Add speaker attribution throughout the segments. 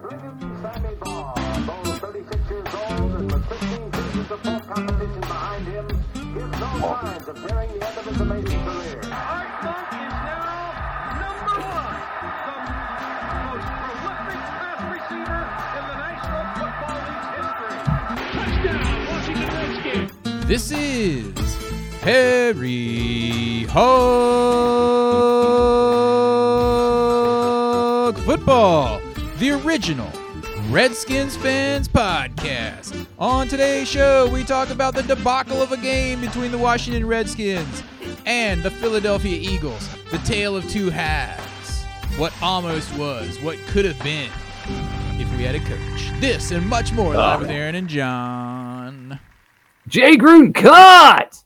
Speaker 1: William Sammy Barr, both 36 years old and with 15 seasons of pole competition behind him, gives no signs of nearing the end of his amazing career.
Speaker 2: Hartnett is now number one, the most prolific pass receiver in the National Football League's history. Touchdown, Washington Redskins.
Speaker 3: This is Harry Hog Football, the original Redskins fans podcast. On today's show, we talk about the debacle of a game between the Washington Redskins and the Philadelphia Eagles, the tale of two halves, what almost was, what could have been if we had a coach. This and much more live with Aaron and John.
Speaker 4: Jay Gruden, cut!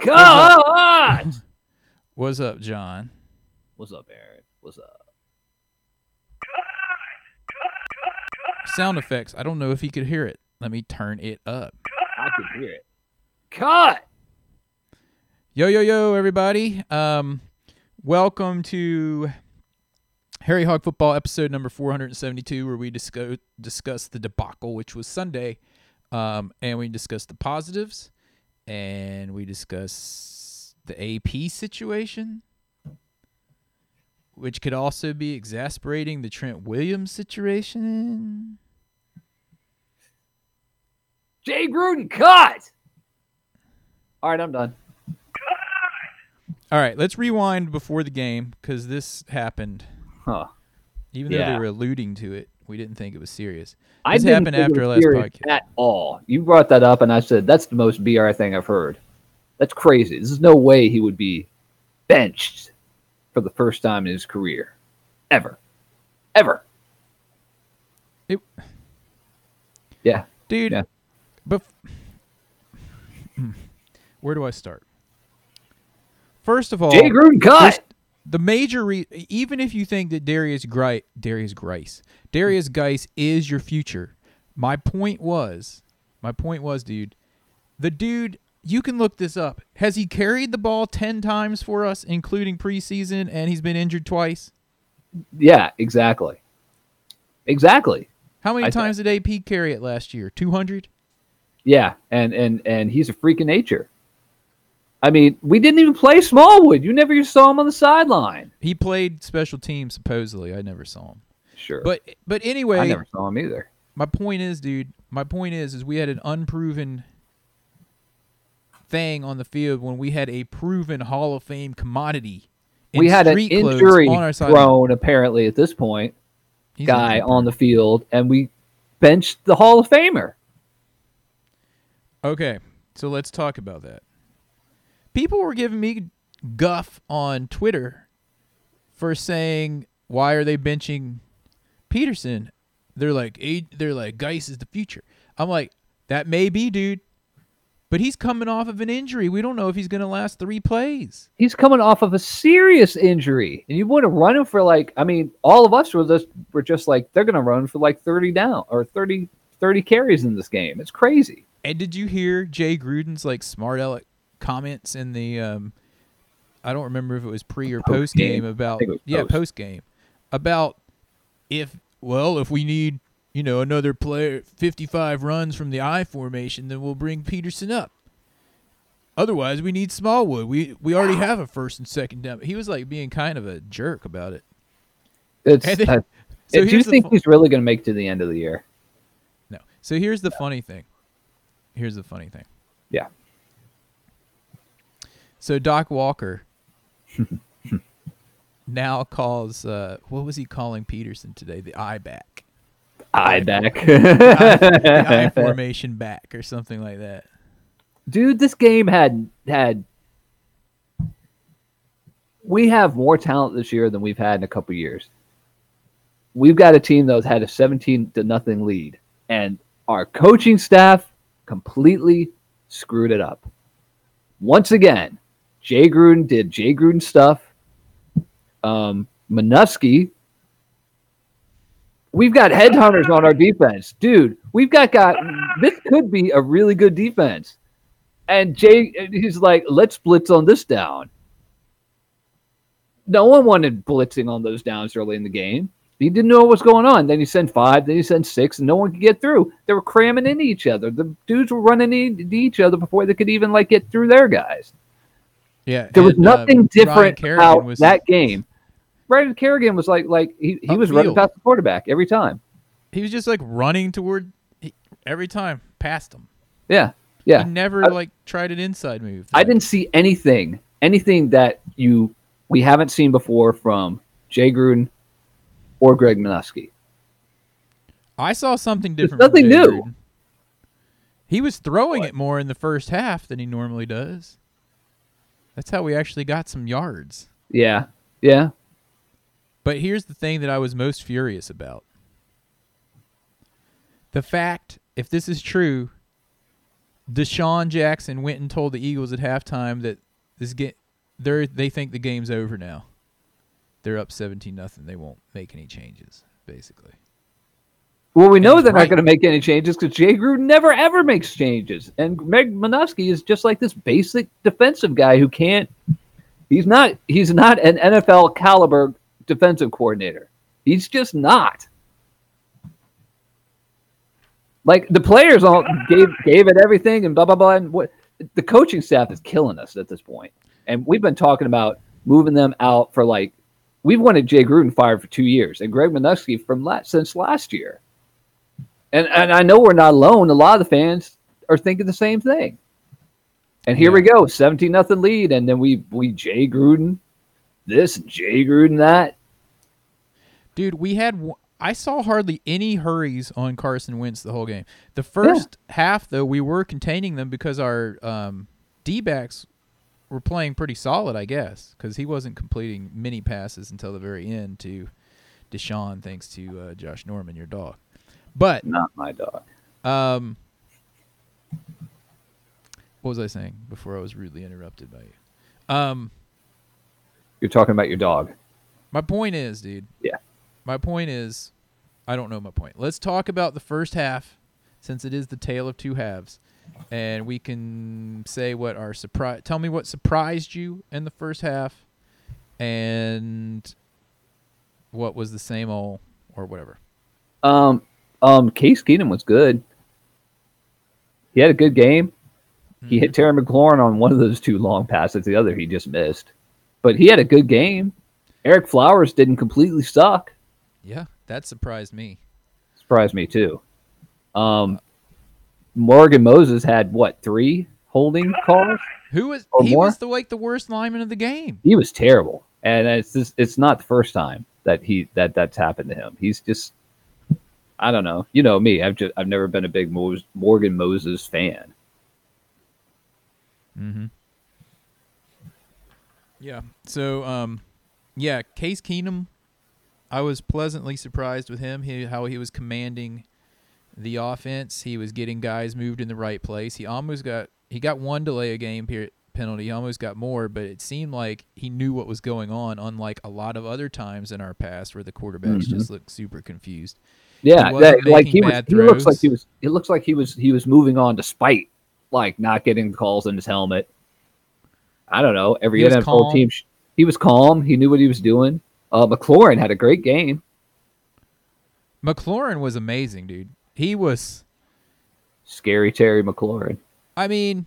Speaker 4: Cut!
Speaker 3: What's up, John?
Speaker 4: What's up, Aaron? What's up?
Speaker 3: Sound effects. I don't know if he could hear it. Let me turn it up.
Speaker 4: I can hear it. Ah! Cut!
Speaker 3: Yo, yo, yo, everybody. Um, welcome to Harry Hog Football episode number 472, where we discuss, discuss the debacle, which was Sunday. Um, and we discuss the positives and we discuss the AP situation, which could also be exasperating the Trent Williams situation.
Speaker 4: Jay Gruden, cut! All right, I'm done.
Speaker 3: All right, let's rewind before the game because this happened.
Speaker 4: Huh.
Speaker 3: Even though
Speaker 4: Yeah.
Speaker 3: they were alluding to it, we didn't think it was serious.
Speaker 4: I
Speaker 3: This
Speaker 4: didn't
Speaker 3: happened
Speaker 4: think it
Speaker 3: after
Speaker 4: was
Speaker 3: our last
Speaker 4: serious
Speaker 3: podcast.
Speaker 4: At all. You brought that up, and I said, that's the most BR thing I've heard. That's crazy. This is no way he would be benched for the first time in his career. Ever. Ever.
Speaker 3: It-
Speaker 4: yeah.
Speaker 3: Dude,
Speaker 4: Yeah.
Speaker 3: but where do I start? First of all,
Speaker 4: Jay Gruden, cut!
Speaker 3: this- the major re- even if you think that Darius Grice, Darius Grice, Darius Geis is your future, my point was, my point was, dude, the dude. You can look this up. Has he carried the ball ten times for us, including preseason, and he's been injured twice?
Speaker 4: Yeah, exactly. Exactly.
Speaker 3: How many
Speaker 4: I-
Speaker 3: times did AP carry it last year? Two hundred.
Speaker 4: Yeah, and and and he's a freak of nature. I mean, we didn't even play Smallwood. You never even saw him on the sideline.
Speaker 3: He played special teams supposedly. I never saw him.
Speaker 4: Sure,
Speaker 3: But but
Speaker 4: I
Speaker 3: anyway,
Speaker 4: never saw him either.
Speaker 3: my point is, dude, my point is is we had an unproven thing on the field when we had a proven Hall of Fame commodity. in
Speaker 4: We had an
Speaker 3: street clothes
Speaker 4: injury
Speaker 3: on our side.
Speaker 4: thrown apparently at this point,
Speaker 3: He's not
Speaker 4: guy
Speaker 3: injured.
Speaker 4: on the field, and we benched the Hall of Famer.
Speaker 3: Okay, so let's talk about that. People were giving me guff on Twitter for saying why are they benching Peterson? They're like "A- they're like Geis is the future. I'm like that may be, dude, but he's coming off of an injury. We don't know if he's going to last three plays.
Speaker 4: He's coming off of a serious injury, and you want to run him for like. I mean, all of us were just were just like they're going to run for like thirty down or 30, 30 carries in this game. It's crazy.
Speaker 3: And did you hear Jay Gruden's like smart aleck comments in the um I don't remember if it was pre or post
Speaker 4: Post-game.
Speaker 3: game about
Speaker 4: I think it was
Speaker 3: yeah,
Speaker 4: post.
Speaker 3: post game about if well, if we need, you know, another player 55 runs from the I formation, then we'll bring Peterson up. Otherwise, we need Smallwood. We we already have a first and second down. He was like being kind of a jerk about it.
Speaker 4: It's.
Speaker 3: And then-
Speaker 4: uh,
Speaker 3: so
Speaker 4: do you
Speaker 3: here's the
Speaker 4: think
Speaker 3: fu-
Speaker 4: he's really going to make it to the end of the year?
Speaker 3: No. So here's the funny thing. Here's the funny thing.
Speaker 4: Yeah.
Speaker 3: So Doc Walker now calls uh, what was he calling Peterson today? The eye back.
Speaker 4: I back.
Speaker 3: The eye formation back or something like that.
Speaker 4: Dude, this game had had we have more talent this year than we've had in a couple years. We've got a team that's had a 17 to nothing lead and our coaching staff completely screwed it up. Once again, Jay Gruden did Jay Gruden stuff. Um Minuski We've got headhunters on our defense, dude. We've got got this could be a really good defense. And Jay, he's like, let's blitz on this down. No one wanted blitzing on those downs early in the game. He didn't know what was going on. Then you send five, then you send six, and no one could get through. They were cramming into each other. The dudes were running into each other before they could even like get through their guys.
Speaker 3: Yeah,
Speaker 4: There was
Speaker 3: and, uh,
Speaker 4: nothing
Speaker 3: Brian
Speaker 4: different
Speaker 3: Kerrigan
Speaker 4: about
Speaker 3: was-
Speaker 4: that game. Brian Kerrigan was like like he, he was running
Speaker 3: Upfield.
Speaker 4: past the quarterback every time.
Speaker 3: He was just like running toward he- every time past him.
Speaker 4: Yeah. Yeah.
Speaker 3: He never
Speaker 4: I-
Speaker 3: like tried an inside move.
Speaker 4: I didn't see anything, anything that you we haven't seen before from Jay Gruden or Greg Minuski.
Speaker 3: I saw something
Speaker 4: There's
Speaker 3: different. from
Speaker 4: nothing
Speaker 3: Jay
Speaker 4: new.
Speaker 3: Gruden. He was throwing it more in the first half than he normally does. That's how we actually got some yards.
Speaker 4: Yeah, yeah.
Speaker 3: But here's the thing that I was most furious about. The fact, if this is true, Deshaun Jackson went and told the Eagles at halftime that this get they they think the game's over now. They're up 17 nothing. They won't make any changes basically.
Speaker 4: Well, we know
Speaker 3: he's
Speaker 4: they're
Speaker 3: right.
Speaker 4: not going to make any changes because Jay Gruden never ever makes changes, and Greg Minuski is just like this basic defensive guy who can't. He's not. He's not an NFL caliber defensive coordinator. He's just not. Like the players all gave gave it everything and blah blah blah. And what the coaching staff is killing us at this point. And we've been talking about moving them out for like we've wanted Jay Gruden fired for two years and Greg Minuski from last since last year. And and I know we're not alone. A lot of the fans are thinking the same thing. And here we go, seventeen nothing lead, and then we we Jay Gruden this, Jay Gruden that.
Speaker 3: Dude, we had w- I saw hardly any hurries on Carson Wentz the whole game. The first half though, we were containing them because our um, D-backs were playing pretty solid, I guess, cuz he wasn't completing many passes until the very end to Deshaun thanks to uh, Josh Norman, your dog. But
Speaker 4: Not my dog.
Speaker 3: um what was I saying before I was rudely interrupted by you? Um
Speaker 4: You're talking about your dog.
Speaker 3: My point is, dude.
Speaker 4: Yeah.
Speaker 3: My point is, I don't know my point. Let's talk about the first half, since it is the tale of two halves, and we can say what our surprise. Tell me what surprised you in the first half, and what was the same old or whatever.
Speaker 4: Um, um, Case Keenum was good. He had a good game. He hit Terry McLaurin on one of those two long passes. The other he just missed, but he had a good game. Eric Flowers didn't completely suck.
Speaker 3: Yeah, that surprised me.
Speaker 4: Surprised me too. Um, Morgan Moses had what three holding calls?
Speaker 3: Who was
Speaker 4: Or
Speaker 3: he?
Speaker 4: more?
Speaker 3: Was the like the worst lineman of the game?
Speaker 4: He was terrible, and it's just, it's not the first time that he that that's happened to him. He's just I don't know. You know me. I've just I've never been a big Mos- Morgan Moses fan.
Speaker 3: Mm-hmm. Yeah. So, um, yeah, Case Keenum, I was pleasantly surprised with him. He, how he was commanding the offense. He was getting guys moved in the right place. He almost got he got one delay a game period penalty. He almost got more, but it seemed like he knew what was going on. Unlike a lot of other times in our past, where the quarterbacks
Speaker 4: Mhm.
Speaker 3: just looked super confused.
Speaker 4: Yeah,
Speaker 3: He
Speaker 4: that,
Speaker 3: wasn't
Speaker 4: like he
Speaker 3: making
Speaker 4: was.
Speaker 3: bad
Speaker 4: He looks like
Speaker 3: throws.
Speaker 4: he was. It looks like he was. He was moving on despite like not getting calls in his helmet. I don't know. Every
Speaker 3: He was
Speaker 4: NFL
Speaker 3: calm.
Speaker 4: team, sh- he was calm. He knew what he was doing. Uh, McLaurin had a great game.
Speaker 3: McLaurin was amazing, dude. He was
Speaker 4: Scary Terry McLaurin.
Speaker 3: I mean,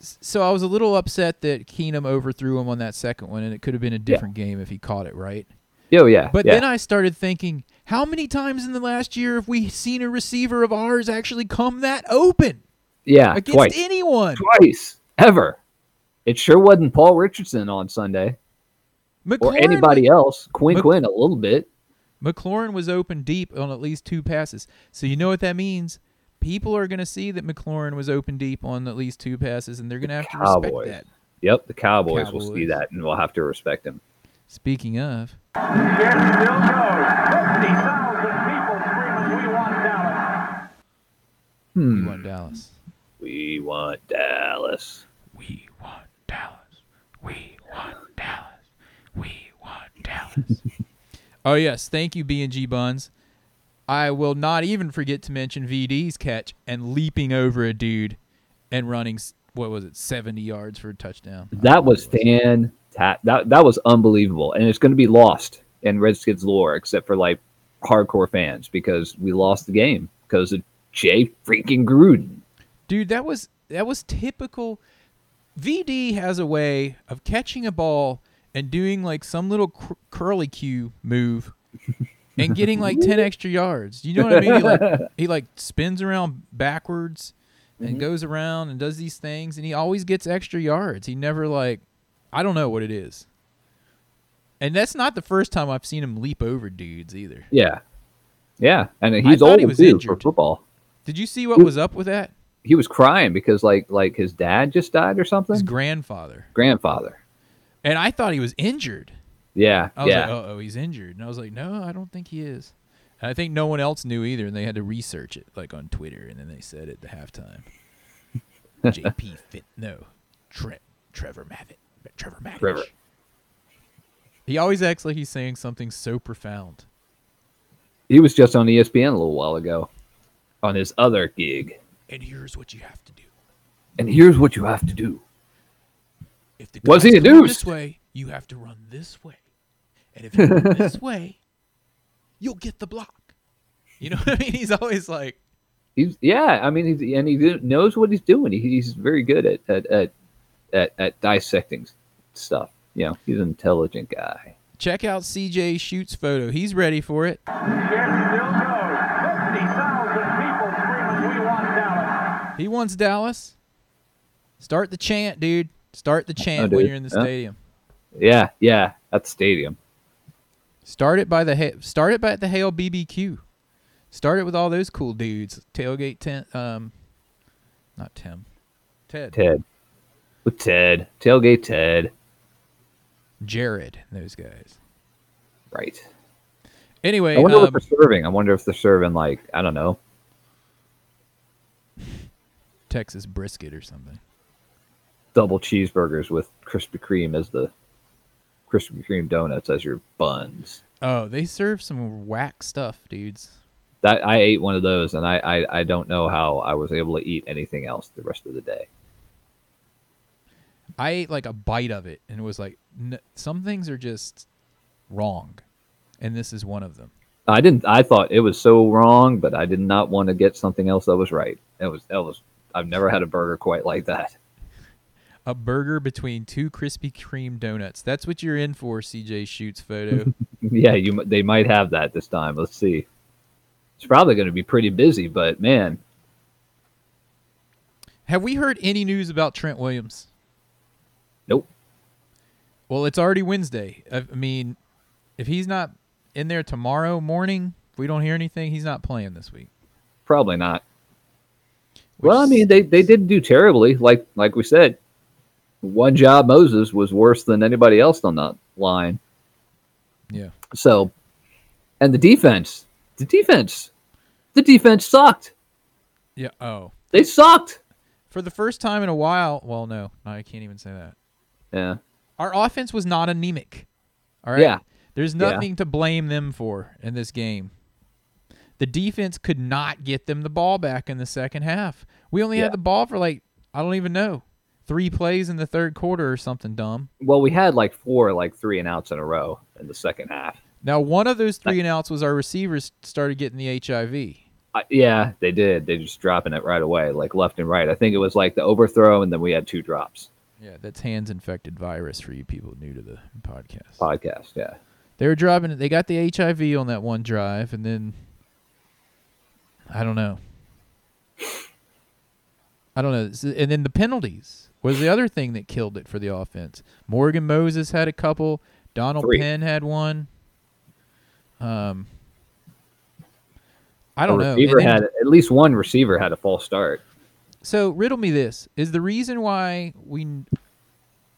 Speaker 3: s- so I was a little upset that Keenum overthrew him on that second one, and it could have been a different game if he caught it right.
Speaker 4: Oh yeah,
Speaker 3: But
Speaker 4: yeah.
Speaker 3: then I started thinking, how many times in the last year have we seen a receiver of ours actually come that open
Speaker 4: yeah,
Speaker 3: against
Speaker 4: twice,
Speaker 3: anyone?
Speaker 4: twice ever. It sure wasn't Paul Richardson on Sunday or
Speaker 3: McLaurin,
Speaker 4: anybody else. Quinn
Speaker 3: Mc-
Speaker 4: Quinn a little bit.
Speaker 3: McLaurin was open deep on at least two passes. So you know what that means. People are going to see that McLaurin was open deep on at least two passes, and they're going to have to
Speaker 4: Cowboys.
Speaker 3: respect that.
Speaker 4: Yep, the Cowboys, will see
Speaker 3: Cowboys.
Speaker 4: that and we'll have to respect him.
Speaker 3: Speaking of,
Speaker 1: It still goes. 50,000 people screaming, we want Dallas.
Speaker 3: we
Speaker 4: Hmm.
Speaker 3: won Dallas.
Speaker 4: We want Dallas.
Speaker 3: We want Dallas. We want Dallas. We want Dallas. oh yes, thank you, B and G Buns. I will not even forget to mention VD's catch and leaping over a dude and running s- what was it, seventy yards for a touchdown.
Speaker 4: That was fantastic. That that was unbelievable, and it's going to be lost in Redskins lore, except for like hardcore fans, because we lost the game because of Jay freaking Gruden.
Speaker 3: dude that was that was typical vd has a way of catching a ball and doing like some little cr- curly cue move and getting like 10 extra yards you know what i mean he like, he like spins around backwards and goes around and does these things and he always gets extra yards he never like i don't know what it is and that's not the first time i've seen him leap over dudes either
Speaker 4: Yeah, yeah, and he's
Speaker 3: thought
Speaker 4: old
Speaker 3: he was
Speaker 4: too for
Speaker 3: injured.
Speaker 4: football.
Speaker 3: did you see what was up with that
Speaker 4: He was crying because like like his dad just died or something.
Speaker 3: his grandfather
Speaker 4: Grandfather.
Speaker 3: and i thought he was injured
Speaker 4: Yeah,
Speaker 3: I was
Speaker 4: yeah.
Speaker 3: like, oh, oh, he's injured. And I was like, no, I don't think he is. And I think no one else knew either, and they had to research it, like on Twitter, and then they said it at halftime. JP Fit, no, Tre- Trevor Mavitt, Trevor Mavitt.
Speaker 4: Trevor.
Speaker 3: He always acts like he's saying something so profound.
Speaker 4: He was just on E ESPN a little while ago on his other gig.
Speaker 3: And here's what you have to do.
Speaker 4: And here's what you have to do.
Speaker 3: If the
Speaker 4: Was he
Speaker 3: guys come this
Speaker 4: induced?
Speaker 3: way, you have to run this way, and if you run this way, you'll get the block. You know what I mean? He's always like,
Speaker 4: He's yeah, I mean, he's, and he do- knows what he's doing. He, he's very good at at, at at at dissecting stuff. You know, he's an intelligent guy.
Speaker 3: check out CJ Shoots photo. He's ready for it.
Speaker 1: Jacksonville goes. 50,000 people screaming, we want Dallas.
Speaker 3: He wants Dallas. Start the chant, dude. Start the chant when
Speaker 4: dude.
Speaker 3: you're in the
Speaker 4: Yeah.
Speaker 3: stadium.
Speaker 4: Yeah, yeah, at the stadium.
Speaker 3: Start it by the ha- start it by the Hale BBQ. Start it with all those cool dudes. Tailgate tent. Um, not Tim. Ted.
Speaker 4: Ted with Ted tailgate Ted.
Speaker 3: Jared. Those guys.
Speaker 4: Right.
Speaker 3: Anyway,
Speaker 4: I wonder
Speaker 3: um,
Speaker 4: what they're serving. I wonder if they're serving like I don't know.
Speaker 3: Texas brisket or something.
Speaker 4: double cheeseburgers with Krispy Kreme as the Krispy Kreme donuts as your buns.
Speaker 3: Oh, they serve some whack stuff, dudes.
Speaker 4: That I ate one of those, and I, I I don't know how I was able to eat anything else the rest of the day.
Speaker 3: I ate like a bite of it and was like, n- some things are just wrong, and this is one of them.
Speaker 4: I didn't. I thought it was so wrong, but I did not want to get something else that was right. That was that was. I've never had a burger quite like that.
Speaker 3: A burger between two Krispy Kreme donuts. That's what you're in for, CJ Shoots photo.
Speaker 4: yeah, you. mi- They might have that this time. Let's see. It's probably going to be pretty busy, but man,
Speaker 3: Have we heard any news about Trent Williams?
Speaker 4: nope.
Speaker 3: Well, it's already Wednesday. I, I mean, if he's not in there tomorrow morning, if we don't hear anything, he's not playing this week.
Speaker 4: Probably not.
Speaker 3: which
Speaker 4: Well, I
Speaker 3: is-
Speaker 4: mean, they, they didn't do terribly. Like like we said, one job Moses was worse than anybody else on that line.
Speaker 3: yeah.
Speaker 4: So, and the defense, the defense, the defense sucked.
Speaker 3: Yeah. Oh.
Speaker 4: They sucked.
Speaker 3: For the first time in a while, well, no, no, I can't even say that.
Speaker 4: Yeah,
Speaker 3: Our offense was not anemic. All right.
Speaker 4: Yeah.
Speaker 3: There's
Speaker 4: Yeah.
Speaker 3: nothing to blame them for in this game. The defense could not get them the ball back in the second half. We only
Speaker 4: Yeah.
Speaker 3: had the ball for like I don't even know three plays in the third quarter or something dumb.
Speaker 4: well, we had like four like three and outs in a row in the second half.
Speaker 3: Now one of those three and outs was our receivers started getting the HIV.
Speaker 4: I, yeah, they did. They just dropping it right away, like left and right. I think it was like the overthrow, and then we had two drops.
Speaker 3: Yeah, that's hands infected virus for you people new to the podcast.
Speaker 4: Podcast. Yeah,
Speaker 3: They were driving it. They got the HIV on that one drive, and then I don't know. I don't know. S- And then the penalties was the other thing that killed it for the offense. Morgan Moses had a couple. Donald
Speaker 4: Three.
Speaker 3: Penn had one. Um, I don't
Speaker 4: a
Speaker 3: know. And
Speaker 4: receiver
Speaker 3: then-
Speaker 4: had at least one receiver had a false start.
Speaker 3: so riddle me this: Is the reason why we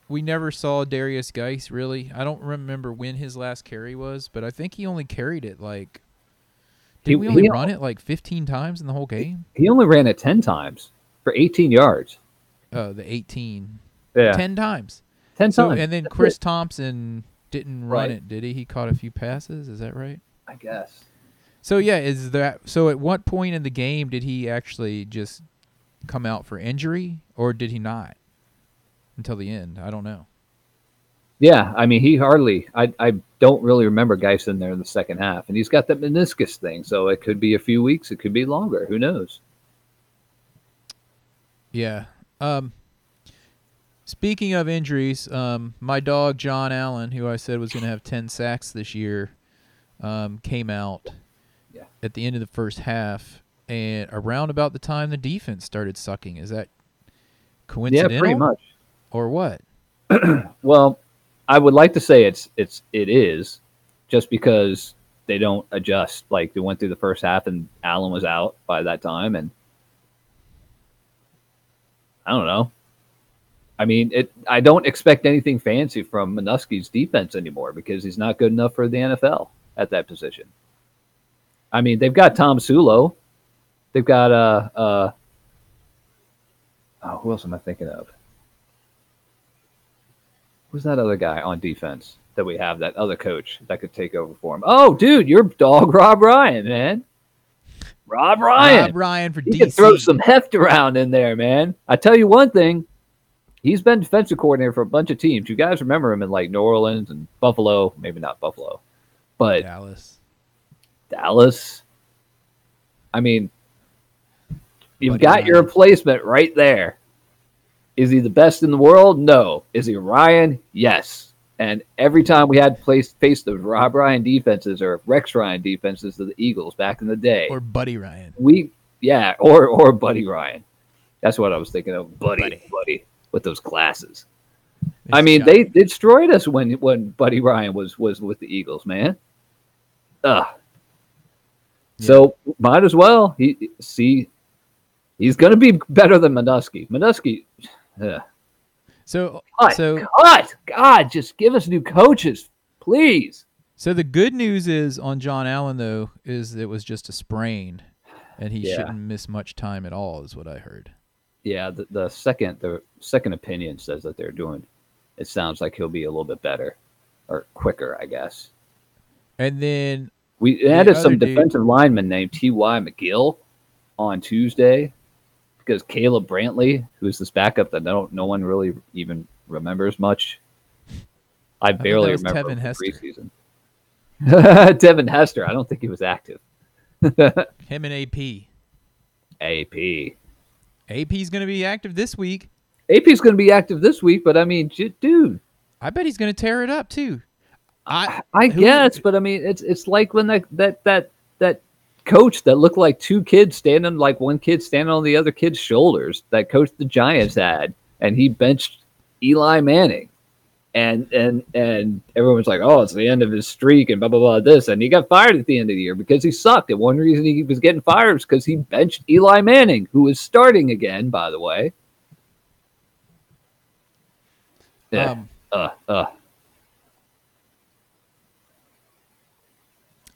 Speaker 3: we never saw Darius Geis really? I don't remember when his last carry was, but I think he only carried it like. Did
Speaker 4: He-
Speaker 3: we only
Speaker 4: he-
Speaker 3: run it like 15 times in the whole game?
Speaker 4: He only ran it 10 times for 18 yards.
Speaker 3: Uh, the 18,
Speaker 4: Yeah. 10,
Speaker 3: 10 times. So
Speaker 4: times.
Speaker 3: and then
Speaker 4: That's
Speaker 3: Chris
Speaker 4: it,
Speaker 3: Thompson didn't
Speaker 4: Right.
Speaker 3: run it, did he? He caught a few passes. Is that right?
Speaker 4: I guess.
Speaker 3: So yeah, is that so? At what point in the game did he actually just come out for injury, or did he not until the end? I don't know.
Speaker 4: Yeah, I mean, he hardly. I I don't really remember Geis in there in the second half, and he's got that meniscus thing, so it could be a few weeks, it could be longer. Who knows?
Speaker 3: Yeah. Um, speaking of injuries, um, my dog John Allen, who I said was going to have ten sacks this year, um, came out
Speaker 4: Yeah.
Speaker 3: at the end of the first half, and around about the time the defense started sucking. Is that
Speaker 4: Yeah,
Speaker 3: coincidental?
Speaker 4: pretty much.
Speaker 3: Or what?
Speaker 4: Well, I would like to say it's it's it is, just because they don't adjust. Like they went through the first half, and Allen was out by that time, and I don't know. I mean, it. I don't expect anything fancy from Minuski's defense anymore because he's not good enough for the NFL at that position. I mean, they've got Tom Sulo, they've got uh uh. Oh, who else am I thinking of? Who's that other guy on defense that we have? That other coach that could take over for him? Oh, dude, your dog, Rob Ryan, man. Rob Ryan.
Speaker 3: Rob Ryan for
Speaker 4: He
Speaker 3: DC.
Speaker 4: can throw some heft around in there, man. I tell you one thing, he's been defensive coordinator for a bunch of teams. You guys remember him in like New Orleans and Buffalo, maybe not Buffalo, but
Speaker 3: Dallas.
Speaker 4: Dallas. I mean, you've
Speaker 3: Buddy
Speaker 4: got your
Speaker 3: Ryan.
Speaker 4: replacement right there. Is he the best in the world? No. Is he Ryan? Yes. And every time we had placed faced the Rob Ryan defenses or Rex Ryan defenses of the Eagles back in the day,
Speaker 3: Or Buddy Ryan.
Speaker 4: we yeah or or buddy ryan that's what i was thinking of buddy buddy,
Speaker 3: Buddy.
Speaker 4: with those glasses i mean they they destroyed us when when buddy ryan was was with the eagles man Ugh. so might as well he see he's gonna be better than Minuski. Minuski, ugh.
Speaker 3: So
Speaker 4: cut,
Speaker 3: so
Speaker 4: cut god just give us new coaches please
Speaker 3: so the good news is on John Allen though is it was just a sprain, and he
Speaker 4: Yeah.
Speaker 3: shouldn't miss much time at all, is what I heard.
Speaker 4: yeah the, the second the second opinion says that they're doing it sounds like he'll be a little bit better or quicker i guess
Speaker 3: And then
Speaker 4: we added
Speaker 3: other
Speaker 4: some
Speaker 3: dude-
Speaker 4: defensive lineman named ty mcgill on tuesday because caleb brantley who's this backup that no, no one really even remembers much i
Speaker 3: that
Speaker 4: barely
Speaker 3: was
Speaker 4: remember
Speaker 3: Tevin
Speaker 4: him
Speaker 3: Hester.
Speaker 4: preseason Devin Hester, I don't think he was active.
Speaker 3: him and AP.
Speaker 4: AP.
Speaker 3: AP's going to be active this week.
Speaker 4: AP's going to be active this week, but I mean, j- dude,
Speaker 3: I bet he's going to tear it up too. I
Speaker 4: I
Speaker 3: Who-
Speaker 4: guess, but I mean, it's it's like when that that that that coach that looked like two kids standing, like one kid standing on the other kid's shoulders, that coach the Giants had, and he benched Eli Manning, and and and everyone's like, oh, it's the end of his streak, and blah blah blah this, and he got fired at the end of the year because he sucked. And one reason he was getting fired was because he benched Eli Manning, who is starting again, by the way. Yeah.
Speaker 3: um
Speaker 4: uh, uh.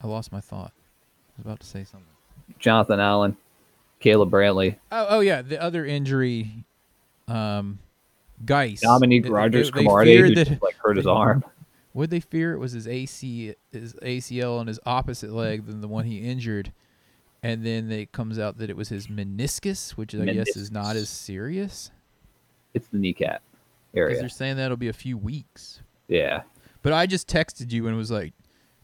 Speaker 3: I lost my thought. I was about to say something.
Speaker 4: Jonathan Allen, Caleb Brantley,
Speaker 3: Oh, oh yeah, the other injury, um, Geis.
Speaker 4: Dominique
Speaker 3: They-
Speaker 4: Rogers
Speaker 3: they, they
Speaker 4: Camardi, who
Speaker 3: feared that-
Speaker 4: just, like hurt his arm.
Speaker 3: Would they fear it was his AC, his ACL on his opposite leg than the one he injured, and then it comes out that it was his meniscus, which I guess is
Speaker 4: Meniscus.
Speaker 3: not as serious
Speaker 4: It's the kneecap
Speaker 3: because they're
Speaker 4: area.
Speaker 3: saying that'll be a few weeks.
Speaker 4: Yeah,
Speaker 3: But I just texted you and was like,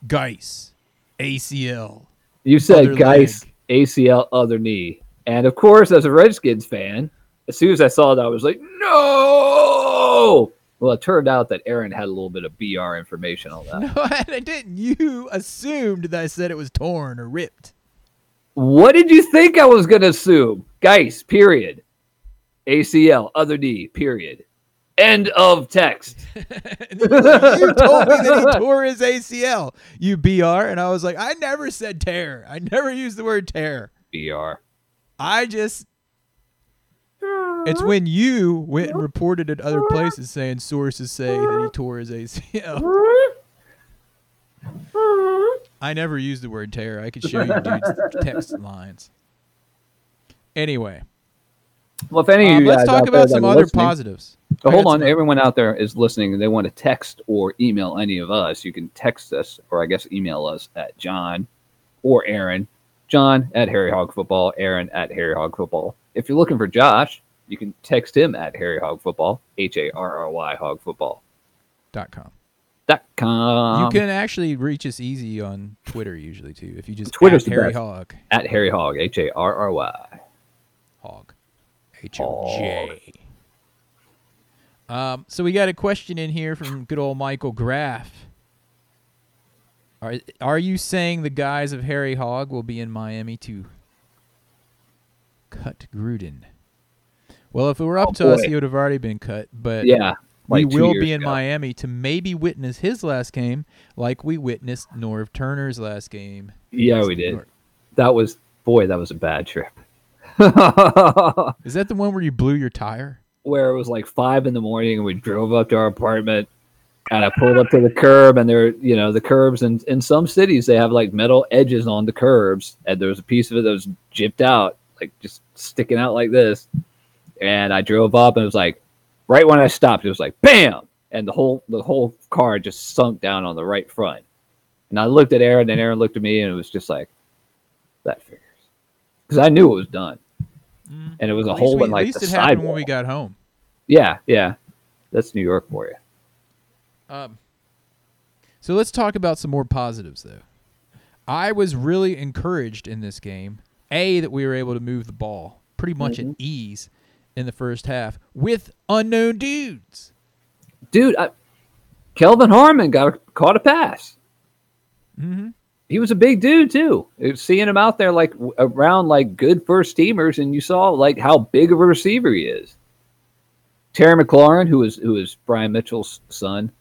Speaker 3: Geis, ACL.
Speaker 4: you
Speaker 3: Other
Speaker 4: said Geis ACL other knee, and of course, as a Redskins fan, as soon as I saw that, I was like, no. Well, it turned out that Aaron had a little bit of BR information on that.
Speaker 3: No, I didn't. You assumed that I said it was torn or ripped.
Speaker 4: What did you think I was going to assume? Geis, period. ACL, other knee, period. End of text.
Speaker 3: And you you told me that he tore his ACL, you BR. And I was like, I never said tear. I never used the word tear.
Speaker 4: BR.
Speaker 3: I just. It's when you went and reported at other places saying sources say that he tore his ACL. I never used the word tear. I could show you dudes text lines. Anyway,
Speaker 4: Well, if any of
Speaker 3: um,
Speaker 4: you
Speaker 3: let's
Speaker 4: guys
Speaker 3: talk
Speaker 4: out there
Speaker 3: about
Speaker 4: that
Speaker 3: some
Speaker 4: are
Speaker 3: other
Speaker 4: listening-
Speaker 3: positives.
Speaker 4: So
Speaker 3: I got
Speaker 4: hold on,
Speaker 3: some-
Speaker 4: everyone out there is listening. and They want to text or email any of us. You can text us, or I guess email us at John or Aaron. John at Harry Hog Football, Aaron at Harry Hog Football. If you're looking for Josh, you can text him at Harry Hog Football, H A R R Y Hog Football.
Speaker 3: com.
Speaker 4: Dot com.
Speaker 3: you can actually reach us easy on Twitter usually too. If you just
Speaker 4: Twitter's
Speaker 3: at
Speaker 4: the
Speaker 3: Harry
Speaker 4: best.
Speaker 3: Hog.
Speaker 4: at Harry Hog, H A R R Y.
Speaker 3: Hog. H O J. Um, so we got a question in here from good old Michael Graff. Are are you saying the guys of Harry Hog will be in Miami to cut Gruden? Well, if it were up
Speaker 4: Oh,
Speaker 3: to us,
Speaker 4: boy.
Speaker 3: he would have already been cut. But
Speaker 4: Yeah, like
Speaker 3: we
Speaker 4: two
Speaker 3: will
Speaker 4: years
Speaker 3: be in
Speaker 4: ago.
Speaker 3: Miami to maybe witness his last game, like we witnessed Norv Turner's last game.
Speaker 4: Yeah,
Speaker 3: against
Speaker 4: we
Speaker 3: New
Speaker 4: did.
Speaker 3: York.
Speaker 4: That was boy, that was a bad trip. Where
Speaker 3: Is that the one where you blew your tire?
Speaker 4: it was like five in the morning, and we drove up to our apartment, and I pulled up to the curb, and there, you know, the curbs, and in some cities they have like metal edges on the curbs, and there was a piece of it that was jipped out, like just sticking out like this, and I drove up, and it was like, right when I stopped, it was like, bam, and the whole the whole car just sunk down on the right front, and I looked at Aaron, and Aaron looked at me, and it was just like, that figures, because I knew it was done.
Speaker 3: Mm.
Speaker 4: And it was a
Speaker 3: At least
Speaker 4: hole
Speaker 3: we-
Speaker 4: in like
Speaker 3: At least
Speaker 4: the
Speaker 3: it happened when
Speaker 4: sidewall.
Speaker 3: we got home.
Speaker 4: Yeah, yeah. That's New York for you.
Speaker 3: Um, so let's talk about some more positives, though. I was really encouraged in this game. A that we were able to move the ball pretty much
Speaker 4: Mm-hmm.
Speaker 3: at ease in the first half with unknown dudes.
Speaker 4: Dude, I, Kelvin Harmon got caught a pass.
Speaker 3: Mhm.
Speaker 4: He was a big dude too. It- Seeing him out there like w- around like good first teamers, and you saw like how big of a receiver he is. Terry McLaurin, who is who is Brian Mitchell's son,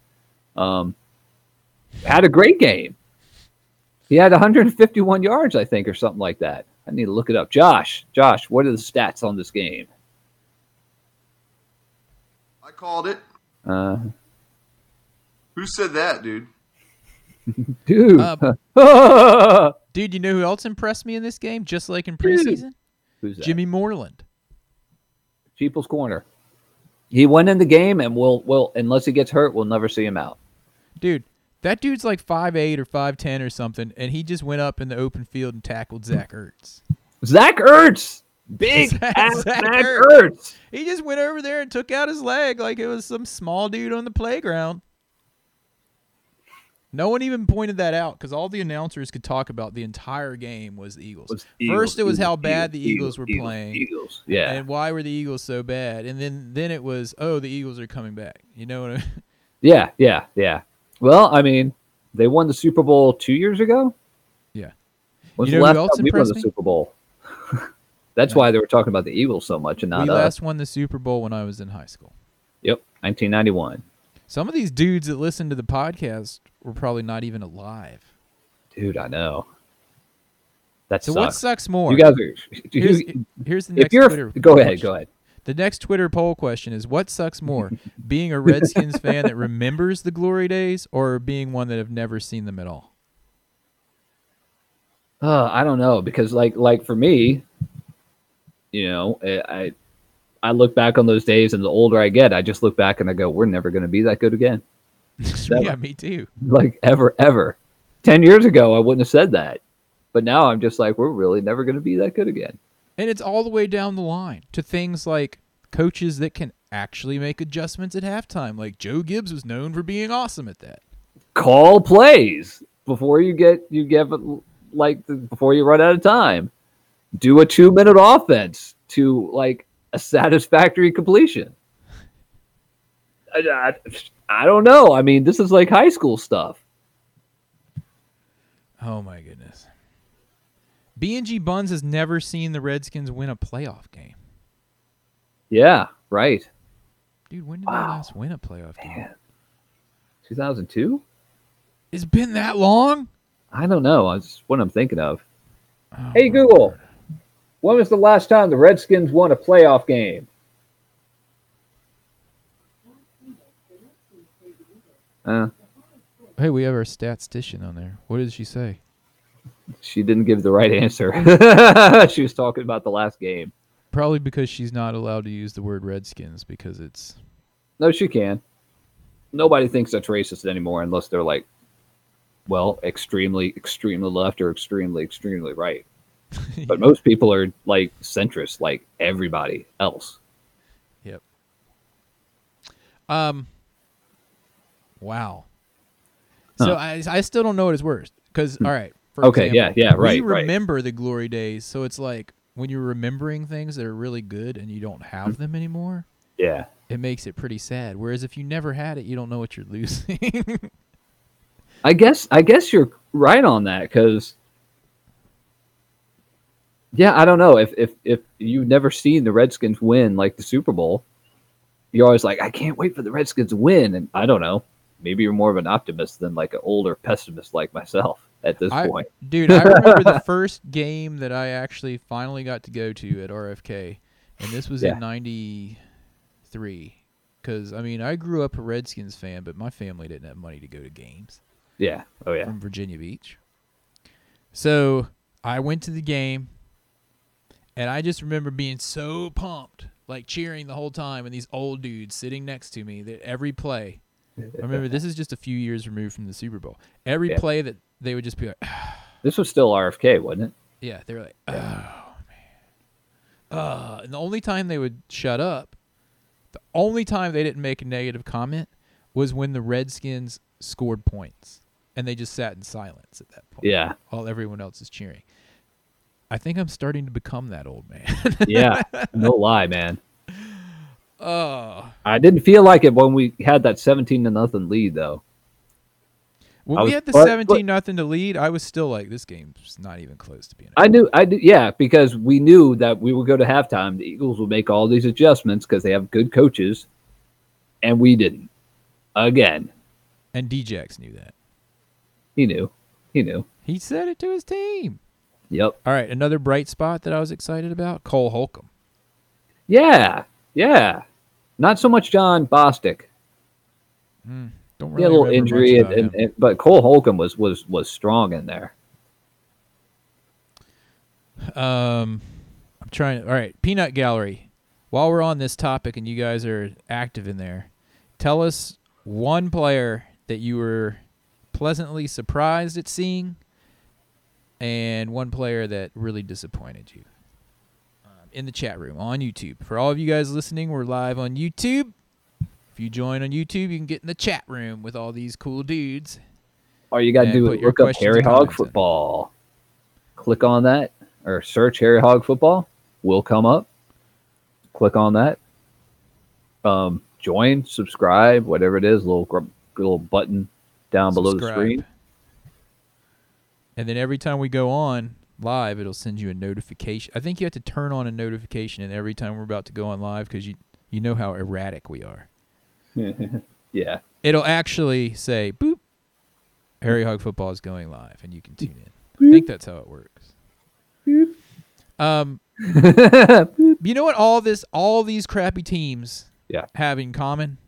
Speaker 4: um, had a great game. He had 151 yards, I think, or something like that. I need to look it up. Josh, Josh, what are the stats on this game?
Speaker 5: I called it.
Speaker 4: Uh,
Speaker 5: Who said that, dude?
Speaker 4: Dude.
Speaker 3: Uh,
Speaker 4: Who's
Speaker 3: Dude, you know who else impressed me in this game? Just like in preseason,
Speaker 4: that?
Speaker 3: Jimmy Moreland.
Speaker 4: People's Corner. He went in the game, and we'll, we'll unless he gets hurt, we'll never see him out.
Speaker 3: Dude, that dude's like 5'8 or 5'10 or something, and he just went up in the open field and tackled Zach Ertz.
Speaker 4: Zach Ertz, big
Speaker 3: Zach-
Speaker 4: ass
Speaker 3: Zach
Speaker 4: Zach
Speaker 3: Ertz.
Speaker 4: Ertz.
Speaker 3: He just went over there and took out his leg like it was some small dude on the playground. No one even pointed that out because all the announcers could talk about the entire game was the Eagles.
Speaker 4: Was
Speaker 3: First, it was
Speaker 4: Eagles,
Speaker 3: how
Speaker 4: Eagles,
Speaker 3: bad the Eagles, were
Speaker 4: Eagles,
Speaker 3: playing,
Speaker 4: Eagles, yeah.
Speaker 3: and why were the Eagles so bad, and then then it was oh the Eagles are coming back. You know what I mean?
Speaker 4: yeah, yeah, yeah. Well, I mean, they won the Super Bowl two years ago.
Speaker 3: Yeah.
Speaker 4: When's
Speaker 3: You
Speaker 4: the
Speaker 3: know
Speaker 4: last
Speaker 3: who else
Speaker 4: time we won
Speaker 3: impressed
Speaker 4: the
Speaker 3: me?
Speaker 4: Super Bowl? That's why they were talking about the Eagles so much and not
Speaker 3: we
Speaker 4: us.
Speaker 3: last won the Super Bowl when I was in high school.
Speaker 4: Yep, 1991.
Speaker 3: Some of these dudes that listened to the podcast were probably not even alive.
Speaker 4: Dude, I know. That
Speaker 3: So
Speaker 4: sucks.
Speaker 3: what sucks more?
Speaker 4: You guys are.
Speaker 3: here's,
Speaker 4: you-
Speaker 3: here's the next
Speaker 4: if you're,
Speaker 3: Twitter
Speaker 4: go ahead,
Speaker 3: question.
Speaker 4: go ahead.
Speaker 3: The next Twitter poll question is what sucks more, being a Redskins fan that remembers the glory days or being one that have never seen them at all?
Speaker 4: Uh, I don't know because, like, like for me, you know, I I- I look back on those days, and the older I get, I just look back and I go, "We're never going to be that good again."
Speaker 3: yeah, me too.
Speaker 4: Like ever, ever. Ten years ago, I wouldn't have said that, but now I'm just like, "We're really never going to be that good again."
Speaker 3: And it's all the way down the line to things like coaches that can actually make adjustments at halftime. Like Joe Gibbs was known for being awesome at that.
Speaker 4: Call plays before you get you get like the, before you run out of time. Do a two minute offense to like a satisfactory completion. I, I, I don't know. I mean, this is like high school stuff.
Speaker 3: Oh my goodness. B&G Buns has never seen the Redskins win a playoff game.
Speaker 4: Yeah, right.
Speaker 3: Dude, when did they
Speaker 4: Wow.
Speaker 3: last win a playoff game?
Speaker 4: 2002?
Speaker 3: It's been that long?
Speaker 4: I don't know. That's what I'm thinking of.
Speaker 3: Oh
Speaker 4: Hey,
Speaker 3: my
Speaker 4: Google, when was the last time the Redskins won a playoff game? Uh,
Speaker 3: Hey, we have our statistician on there. What did she say?
Speaker 4: She didn't give the right answer. she was talking about the last game.
Speaker 3: Probably because she's not allowed to use the word Redskins because it's
Speaker 4: No, she can. Nobody thinks that's racist anymore unless they're like, well, extremely, extremely left or extremely, extremely right. But most people are like centrist, like everybody else.
Speaker 3: um Wow. So I, I still don't know what is worse. Because all right. For
Speaker 4: Hmm. Okay,
Speaker 3: example,
Speaker 4: yeah, yeah, right,
Speaker 3: We
Speaker 4: right.
Speaker 3: remember the glory days, so it's like when you're remembering things that are really good and you don't have
Speaker 4: Hmm.
Speaker 3: them anymore,
Speaker 4: Yeah.
Speaker 3: it makes it pretty sad. Whereas if you never had it, you don't know what you're losing.
Speaker 4: I guess I guess you're right on that because yeah, I don't know if if if you've never seen the Redskins win like the Super Bowl, you're always like, I can't wait for the Redskins to win, and I don't know, maybe you're more of an optimist than like an older pessimist like myself at this
Speaker 3: I-
Speaker 4: point.
Speaker 3: Dude, I remember the first game that I actually finally got to go to at RFK, and this was
Speaker 4: Yeah.
Speaker 3: in '93. Because I mean, I grew up a Redskins fan, but my family didn't have money to go to games
Speaker 4: Yeah. Oh yeah.
Speaker 3: from Virginia Beach. So I went to the game, and I just remember being so pumped, like cheering the whole time, and these old dudes sitting next to me that every play. I remember this is just a few years removed from the Super Bowl. Every
Speaker 4: Yeah.
Speaker 3: play that they would just be like.
Speaker 4: This was still RFK, wasn't
Speaker 3: Yeah, they were like, oh man, uh. And the only time they would shut up, the only time they didn't make a negative comment, was when the Redskins scored points, and they just sat in silence at that point.
Speaker 4: it? Yeah.
Speaker 3: while everyone else is cheering. I think I'm starting to become that old man.
Speaker 4: Yeah. no lie, man.
Speaker 3: oh,
Speaker 4: I didn't feel like it when we had that seventeen to nothing lead though.
Speaker 3: when
Speaker 4: I
Speaker 3: we
Speaker 4: was-
Speaker 3: had the
Speaker 4: but- but-
Speaker 3: seventeen nothing to lead, I was still like, this game's not even close to being.
Speaker 4: I knew, I knew, yeah, because we knew that we would go to halftime. The Eagles would make all these adjustments because they have good coaches, and we didn't. Again,
Speaker 3: and Djax knew that.
Speaker 4: he knew, he knew.
Speaker 3: He said it to his team.
Speaker 4: Yep.
Speaker 3: All right, another bright spot that I was excited about: Cole Holcomb.
Speaker 4: Yeah, yeah. Not so much John Bostic.
Speaker 3: Don't
Speaker 4: He
Speaker 3: really
Speaker 4: had a little
Speaker 3: remember much
Speaker 4: injury, and,
Speaker 3: about
Speaker 4: and,
Speaker 3: him.
Speaker 4: and- but Cole Holcomb was was was strong in there.
Speaker 3: Um, I'm trying. All right, Peanut Gallery. While we're on this topic and you guys are active in there, tell us one player that you were pleasantly surprised at seeing, and one player that really disappointed you. Um, in the chat room on YouTube. For all of you guys listening, we're live on YouTube. If you join on YouTube, you can get in the chat room with all these cool dudes.
Speaker 4: All you got to
Speaker 3: Yeah,
Speaker 4: do
Speaker 3: put
Speaker 4: is
Speaker 3: your
Speaker 4: look up
Speaker 3: questions
Speaker 4: Harry
Speaker 3: and
Speaker 4: Hog
Speaker 3: comments in.
Speaker 4: football. Click on that or search Harry Hog football. Will come up. Click on that. Um, join, subscribe, whatever it is, little gr- little button down below the
Speaker 3: Subscribe.
Speaker 4: screen.
Speaker 3: And then every time we go on live, it'll send you a notification. I think you have to turn on a notification and every time we're about to go on live because you you know how erratic we are.
Speaker 4: Yeah,
Speaker 3: It'll actually say boop, Harry Hog Football is going live, and you can tune in. I think that's how it works. Um, you know what? All this, all these crappy teams
Speaker 4: yeah.
Speaker 3: have in common.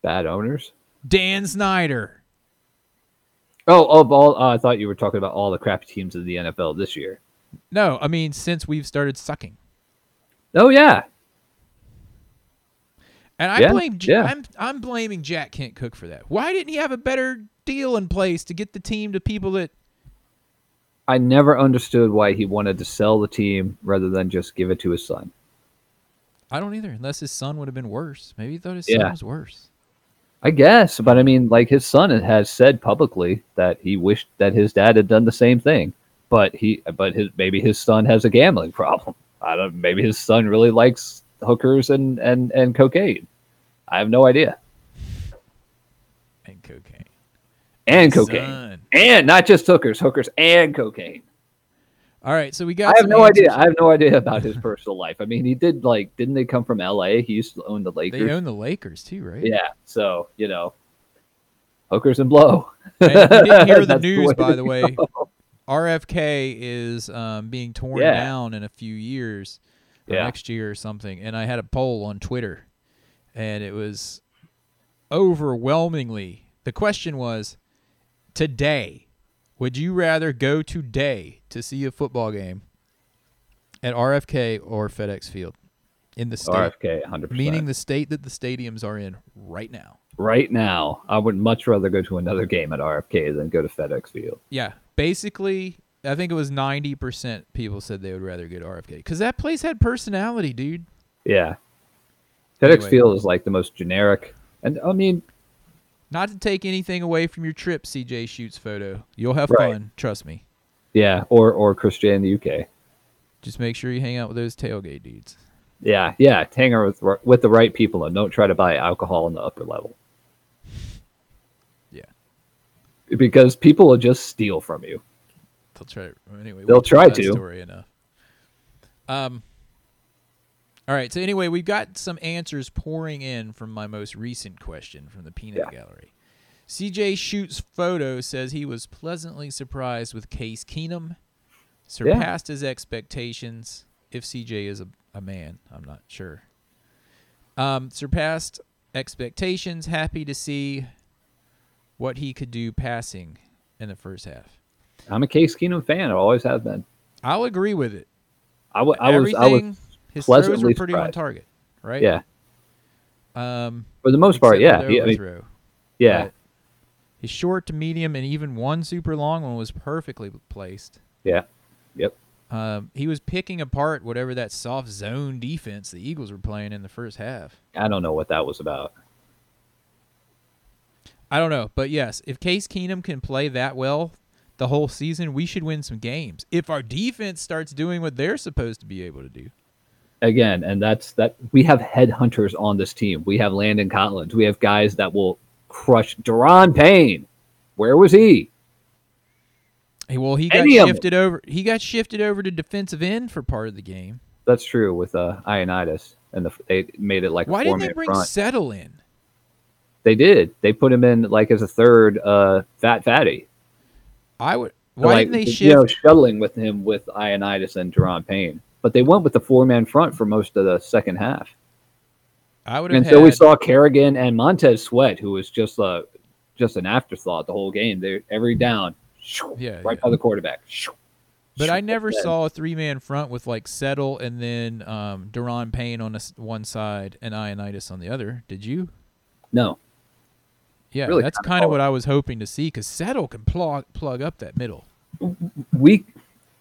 Speaker 4: Bad owners.
Speaker 3: Dan Snyder.
Speaker 4: Oh, oh, all, uh, I thought you were talking about all the crappy teams in the NFL this year.
Speaker 3: No, I mean since we've started sucking.
Speaker 4: Oh yeah,
Speaker 3: And I
Speaker 4: Yeah,
Speaker 3: blame J-
Speaker 4: yeah.
Speaker 3: I'm I'm blaming Jack Kent Cook for that. Why didn't he have a better deal in place to get the team to people that
Speaker 4: I never understood why he wanted to sell the team rather than just give it to his son.
Speaker 3: I don't either, unless his son would have been worse. Maybe he thought his
Speaker 4: Yeah.
Speaker 3: son was worse.
Speaker 4: I guess, but I mean, like his son has said publicly that he wished that his dad had done the same thing, but he, but his maybe his son has a gambling problem. I don't. Maybe his son really likes hookers and and and cocaine. I have no idea.
Speaker 3: And cocaine.
Speaker 4: And cocaine,
Speaker 3: Son.
Speaker 4: and not just hookers, hookers and cocaine.
Speaker 3: All right, so we got
Speaker 4: I have
Speaker 3: some
Speaker 4: no idea.
Speaker 3: answers.
Speaker 4: I have no idea about his personal life. I mean, he did like, didn't they come from L.A.? He used to own the Lakers.
Speaker 3: They own the Lakers too, right?
Speaker 4: yeah, so you know, hookers and blow.
Speaker 3: And if you didn't hear the
Speaker 4: That's the
Speaker 3: news,
Speaker 4: way
Speaker 3: by
Speaker 4: to
Speaker 3: the way, RFK is um, being torn
Speaker 4: Yeah.
Speaker 3: down in a few years, or
Speaker 4: Yeah.
Speaker 3: next year or something. And I had a poll on Twitter, and it was overwhelmingly the question was today would you rather go today to see a football game at RFK or FedEx Field in the state,
Speaker 4: RFK, hundred percent.
Speaker 3: meaning the state that the stadiums are in right now?
Speaker 4: right now, I would much rather go to another game at RFK than go to FedEx Field.
Speaker 3: Yeah, basically, I think it was ninety percent people said they would rather go to RFK because that place had personality, dude.
Speaker 4: Yeah. FedEx
Speaker 3: Anyway.
Speaker 4: Field is like the most generic. And I mean,
Speaker 3: Not to take anything away from your trip, CJ shoots photo. You'll have
Speaker 4: Right.
Speaker 3: fun, trust me.
Speaker 4: yeah, or or Christian in the UK.
Speaker 3: Just make sure you hang out with those tailgate dudes.
Speaker 4: Yeah, yeah, hang out with with the right people and don't try to buy alcohol on the upper level.
Speaker 3: Yeah.
Speaker 4: Because people will just steal from you.
Speaker 3: They'll try. Anyway, we
Speaker 4: They'll
Speaker 3: told
Speaker 4: try
Speaker 3: that
Speaker 4: to.
Speaker 3: Story enough. Um. All right. So anyway, we've got some answers pouring in from my most recent question from the Peanut
Speaker 4: Yeah.
Speaker 3: Gallery. CJ shoots photo says he was pleasantly surprised with Case Keenum, surpassed his expectations. If CJ is a, a man, I'm not sure. Um, surpassed expectations. Happy to see what he could do passing in the first half.
Speaker 4: I'm a Case Keenum fan. I always have been.
Speaker 3: I'll agree with it.
Speaker 4: I wa- I was, I was,
Speaker 3: Everything- his throws were
Speaker 4: pleasantly
Speaker 3: pretty on
Speaker 4: surprised.
Speaker 3: target, right?
Speaker 4: yeah,
Speaker 3: Um,
Speaker 4: for the most part,
Speaker 3: except
Speaker 4: yeah,
Speaker 3: for the
Speaker 4: yeah, I mean,
Speaker 3: overthrow.
Speaker 4: yeah,
Speaker 3: But his short to medium and even one super long one was perfectly placed.
Speaker 4: yeah, yep,
Speaker 3: Um, he was picking apart whatever that soft zone defense the Eagles were playing in the first half.
Speaker 4: I don't know what that was about.
Speaker 3: I don't know, but yes, if Case Keenum can play that well the whole season, we should win some games. If our defense starts doing what they're supposed to be able to do,
Speaker 4: again, and that's that we have headhunters on this team. We have Landon Collins. We have guys that will crush Deron Payne. Where was he?
Speaker 3: Hey, well, he got
Speaker 4: Any of 'em.
Speaker 3: shifted over. He got shifted over to defensive end for part of the game.
Speaker 4: That's true with uh, Ionitis, and the, they made it like
Speaker 3: Why
Speaker 4: a four
Speaker 3: didn't they
Speaker 4: minute
Speaker 3: bring
Speaker 4: front.
Speaker 3: Settle in?
Speaker 4: they did. They put him in like as a third uh, fat fatty.
Speaker 3: I would. Why
Speaker 4: like,
Speaker 3: didn't they shift?
Speaker 4: You know, shuttling with him with Ionitis and Deron Payne. But they went with the four man front for most of the second half.
Speaker 3: I would have
Speaker 4: And
Speaker 3: had.
Speaker 4: so we saw Kerrigan and Montez Sweat, who was just uh, just an afterthought the whole game. They every down, shoo,
Speaker 3: Yeah,
Speaker 4: right
Speaker 3: yeah.
Speaker 4: by the quarterback. shoo,
Speaker 3: but
Speaker 4: shoo,
Speaker 3: I never
Speaker 4: then.
Speaker 3: saw a three-man front with like Settle and then um, Deron Payne on a s one side and Ionitis on the other. Did you?
Speaker 4: No,
Speaker 3: Yeah,
Speaker 4: Really
Speaker 3: that's
Speaker 4: kinda
Speaker 3: kind of
Speaker 4: all-
Speaker 3: what I was hoping to see because Settle can plug plug up that middle.
Speaker 4: we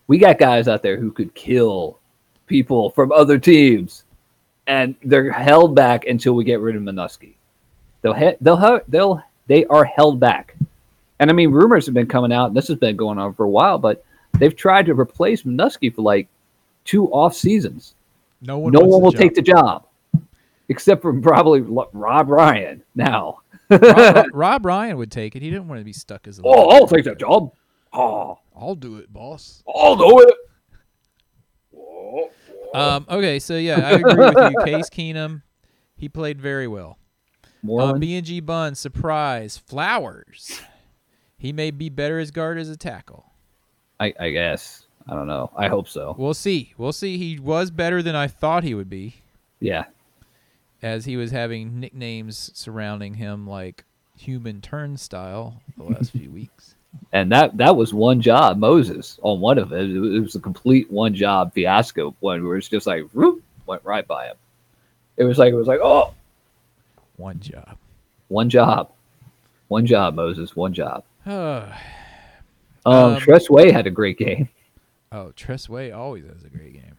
Speaker 4: we got guys out there who could kill people from other teams, and they're held back until we get rid of Minuski. They'll he- they'll ha- they'll they are held back, and I mean rumors have been coming out. And this has been going on for a while, but they've tried to replace Minuski for like two off seasons.
Speaker 3: No one.
Speaker 4: no
Speaker 3: wants
Speaker 4: one will
Speaker 3: job.
Speaker 4: take the job except for probably Lo- Rob Ryan now.
Speaker 3: Rob, Rob- Rob Ryan would take it. He didn't want to be stuck as a.
Speaker 4: Oh, I'll
Speaker 3: linebacker.
Speaker 4: take that job. Oh,
Speaker 3: I'll do it, boss.
Speaker 4: I'll do it.
Speaker 3: Um, okay, so yeah, I agree with you. Case Keenum, he played very well. Um,
Speaker 4: Moreland,
Speaker 3: B and G Bun, surprise, Flowers. He may be better as guard as a tackle.
Speaker 4: I, I guess. I don't know. I hope so.
Speaker 3: We'll see. We'll see. He was better than I thought he would be,
Speaker 4: Yeah.
Speaker 3: as he was having nicknames surrounding him like human turnstile the last few weeks.
Speaker 4: And that that was one job, Moses, on one of it. It was, it was a complete one job fiasco one where it's just like whoop, went right by him. It was like it was like, oh,
Speaker 3: One job.
Speaker 4: one job. One job, Moses, one job.
Speaker 3: Oh,
Speaker 4: Um,
Speaker 3: Um,
Speaker 4: Tress Way had a great game.
Speaker 3: oh Tressway always has a great game.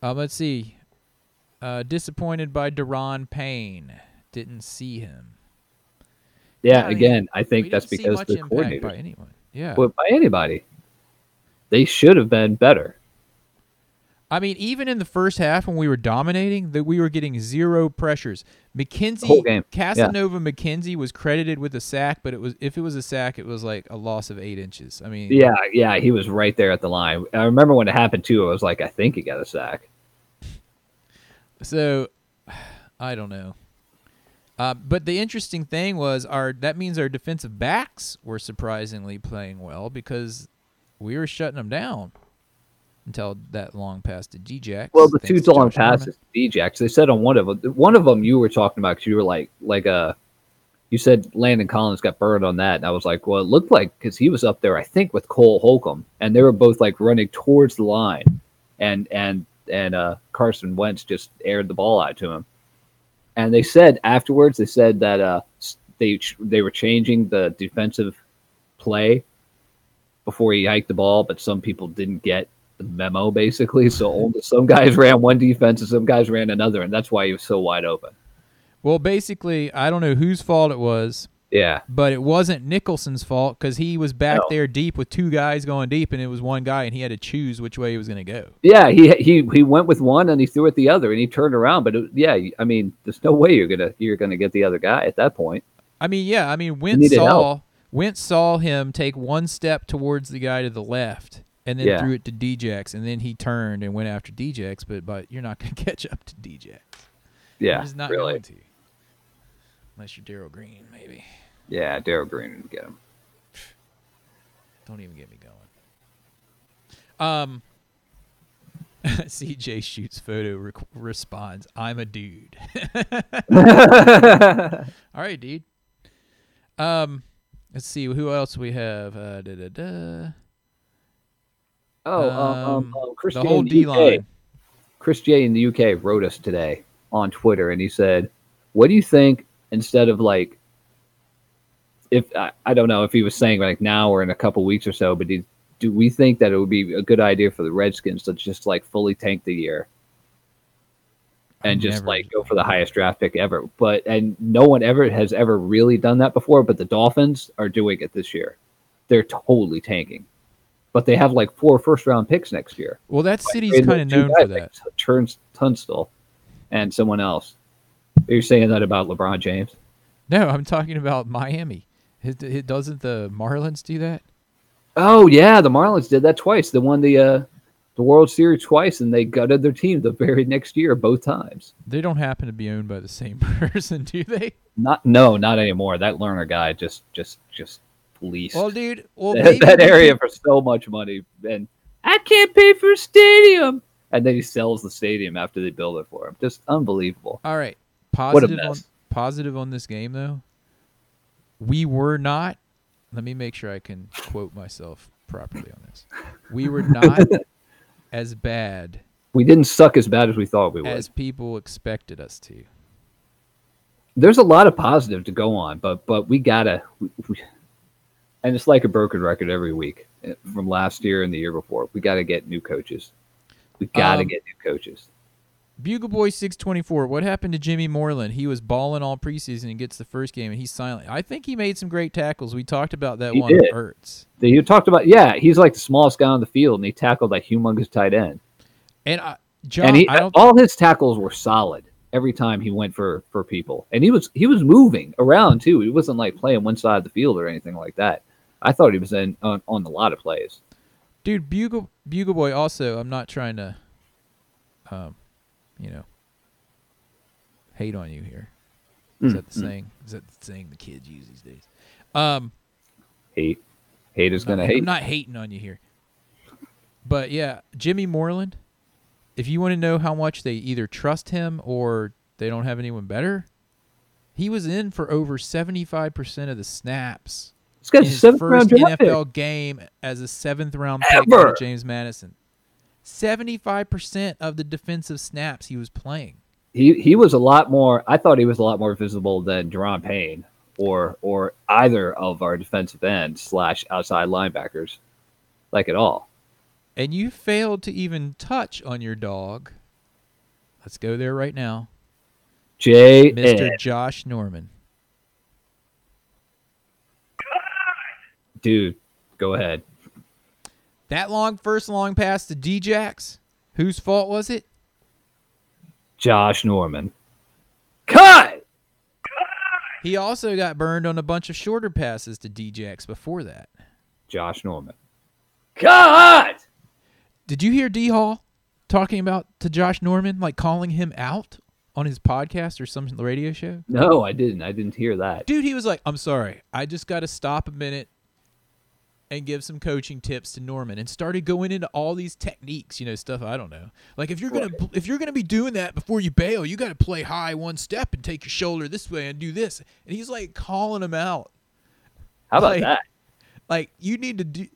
Speaker 3: Um, let's see. Uh, disappointed by Deron Payne. Didn't see him.
Speaker 4: Yeah,
Speaker 3: I mean,
Speaker 4: again, I
Speaker 3: we
Speaker 4: think that's
Speaker 3: didn't see
Speaker 4: because
Speaker 3: much
Speaker 4: the
Speaker 3: impact
Speaker 4: coordinator
Speaker 3: by anyone. Yeah,
Speaker 4: but by anybody. They should have been better.
Speaker 3: I mean, even in the first half when we were dominating, that we were getting zero pressures. McKenzie,
Speaker 4: whole game, yeah.
Speaker 3: Casanova McKenzie was credited with a sack, but it was if it was a sack, it was like a loss of eight inches. I mean,
Speaker 4: Yeah, yeah, he was right there at the line. I remember when it happened too. I was like, I think he got a sack.
Speaker 3: So, I don't know. Uh, but the interesting thing was our that means our defensive backs were surprisingly playing well because we were shutting them down until that long pass to G-Jax.
Speaker 4: Well, the two
Speaker 3: thanks to
Speaker 4: long
Speaker 3: Josh Norman.
Speaker 4: passes, to Djax. They said on one of them, one of them you were talking about because you were like, like uh, you said Landon Collins got burned on that, and I was like, well, it looked like because he was up there, I think, with Cole Holcomb, and they were both like running towards the line, and and and uh, Carson Wentz just aired the ball out to him, and they said afterwards, they said that uh, s- they ch- they were changing the defensive play before he hiked the ball, but some people didn't get the memo basically. So only some guys ran one defense and some guys ran another, and that's why he was so wide open.
Speaker 3: Well, basically, I don't know whose fault it was,
Speaker 4: Yeah,
Speaker 3: but it wasn't Nicholson's fault because he was back
Speaker 4: No.
Speaker 3: there deep with two guys going deep, and it was one guy, and he had to choose which way he was going to go.
Speaker 4: yeah. He he he went with one and he threw at the other, and he turned around. But it, yeah, I mean, there's no way you're gonna you're gonna get the other guy at that point.
Speaker 3: I mean, yeah, I mean, Wentz
Speaker 4: needed
Speaker 3: saw
Speaker 4: help.
Speaker 3: Wentz saw him take one step towards the guy to the left, and then
Speaker 4: Yeah.
Speaker 3: threw it to DJX, and then he turned and went after DJX. But but you're not going to catch up to DJX.
Speaker 4: Yeah,
Speaker 3: you're just not
Speaker 4: really.
Speaker 3: going to, unless you're Daryl Green, maybe.
Speaker 4: Yeah, Daryl Green would get him.
Speaker 3: Don't even get me going. Um, CJ shoots photo re- responds, "I'm a dude." All right, dude. Um, let's see who else we have. Uh, da, da, da.
Speaker 4: Oh, um, um, um, Chris
Speaker 3: the
Speaker 4: Jay
Speaker 3: whole
Speaker 4: in
Speaker 3: D
Speaker 4: UK.
Speaker 3: line.
Speaker 4: Chris J in the UK wrote us today on Twitter, and he said, "What do you think instead of like, if I, I don't know if he was saying like now or in a couple weeks or so, but he, do we think that it would be a good idea for the Redskins to just like fully tank the year and just
Speaker 3: Never.
Speaker 4: like go for the highest draft pick ever? But and no one ever has ever really done that before, but the Dolphins are doing it this year. They're totally tanking." But they have like four first round picks next year
Speaker 3: Well, that city's
Speaker 4: trade
Speaker 3: kind of
Speaker 4: those two
Speaker 3: known
Speaker 4: guys,
Speaker 3: for
Speaker 4: like,
Speaker 3: that.
Speaker 4: T- Turns Tunstall and someone else. You're saying that about LeBron James?
Speaker 3: No, I'm talking about Miami. It, it doesn't the Marlins do that?
Speaker 4: Oh yeah, the Marlins did that twice. They won the uh, the World Series twice, and they gutted their team the very next year both times.
Speaker 3: They don't happen to be owned by the same person, do they?
Speaker 4: Not no, not anymore. That Lerner guy just just just fleeced
Speaker 3: Well, dude. Well,
Speaker 4: that,
Speaker 3: maybe
Speaker 4: that
Speaker 3: we
Speaker 4: area
Speaker 3: could-
Speaker 4: for so much money, and I can't pay for a stadium. And then he sells the stadium after they build it for him. Just unbelievable.
Speaker 3: All right.
Speaker 4: a
Speaker 3: Positive on
Speaker 4: mess.
Speaker 3: positive on this game though. We were not. Let me make sure I can quote myself properly on this. We were not as bad
Speaker 4: We didn't suck as bad as we thought we would.
Speaker 3: as people expected us to.
Speaker 4: there's a lot of positive to go on, but but we gotta, we, we, and it's like a broken record every week eh, from last year and the year before. We gotta get new coaches. We gotta
Speaker 3: Um,
Speaker 4: get new coaches.
Speaker 3: Bugle Boy 624. What happened to Jimmy Moreland? He was balling all preseason and gets the first game and he's silent. I think he made some great tackles. We talked about that
Speaker 4: He
Speaker 3: one with
Speaker 4: did.
Speaker 3: Ertz.
Speaker 4: They- You talked about yeah, he's like the smallest guy on the field, and he tackled that humongous tight end,
Speaker 3: And I, John,
Speaker 4: and he
Speaker 3: I don't
Speaker 4: all his tackles were solid every time he went for for people, and he was he was moving around too. He wasn't like playing one side of the field or anything like that. I thought he was in on, on a lot of plays.
Speaker 3: dude bugle bugle boy also i'm not trying to um you know hate on you here is that the saying is that the saying the kids use these days um
Speaker 4: Hate, hate is
Speaker 3: I'm
Speaker 4: gonna
Speaker 3: not-
Speaker 4: hate.
Speaker 3: i'm not hating on you here but yeah jimmy moreland if you want to know how much they either trust him or they don't have anyone better he was in for over 75% of the snaps
Speaker 4: This guy's
Speaker 3: in
Speaker 4: a
Speaker 3: his
Speaker 4: seventh
Speaker 3: first
Speaker 4: round draft pick.
Speaker 3: NFL game as a seventh round pick over
Speaker 4: Ever.
Speaker 3: James Madison. Seventy five percent of the defensive snaps he was playing.
Speaker 4: he he was a lot more. I thought he was a lot more visible than Deron Payne or or either of our defensive end slash outside linebackers, like at all.
Speaker 3: And you failed to even touch on your dog. Let's go there right now.
Speaker 4: J.
Speaker 3: Mr.
Speaker 4: Ed,
Speaker 3: Josh Norman.
Speaker 4: dude, go ahead.
Speaker 3: That long first long pass to Djax. Whose fault was it?
Speaker 4: Josh Norman, cut.
Speaker 3: He also got burned on a bunch of shorter passes to Djax before that.
Speaker 4: Josh Norman, cut.
Speaker 3: Did you hear D Hall talking about to Josh Norman, like calling him out on his podcast or some radio show?
Speaker 4: No, I didn't. I didn't hear that.
Speaker 3: Dude, he was like, I'm sorry. I just got to stop a minute and give some coaching tips to Norman and started going into all these techniques, you know, stuff I don't know. Like if you're going to if you're going to be doing that before you bail, you got to play high one step and take your shoulder this way and do this. And he's like calling him out.
Speaker 4: How about
Speaker 3: like-
Speaker 4: that?
Speaker 3: Like you need to do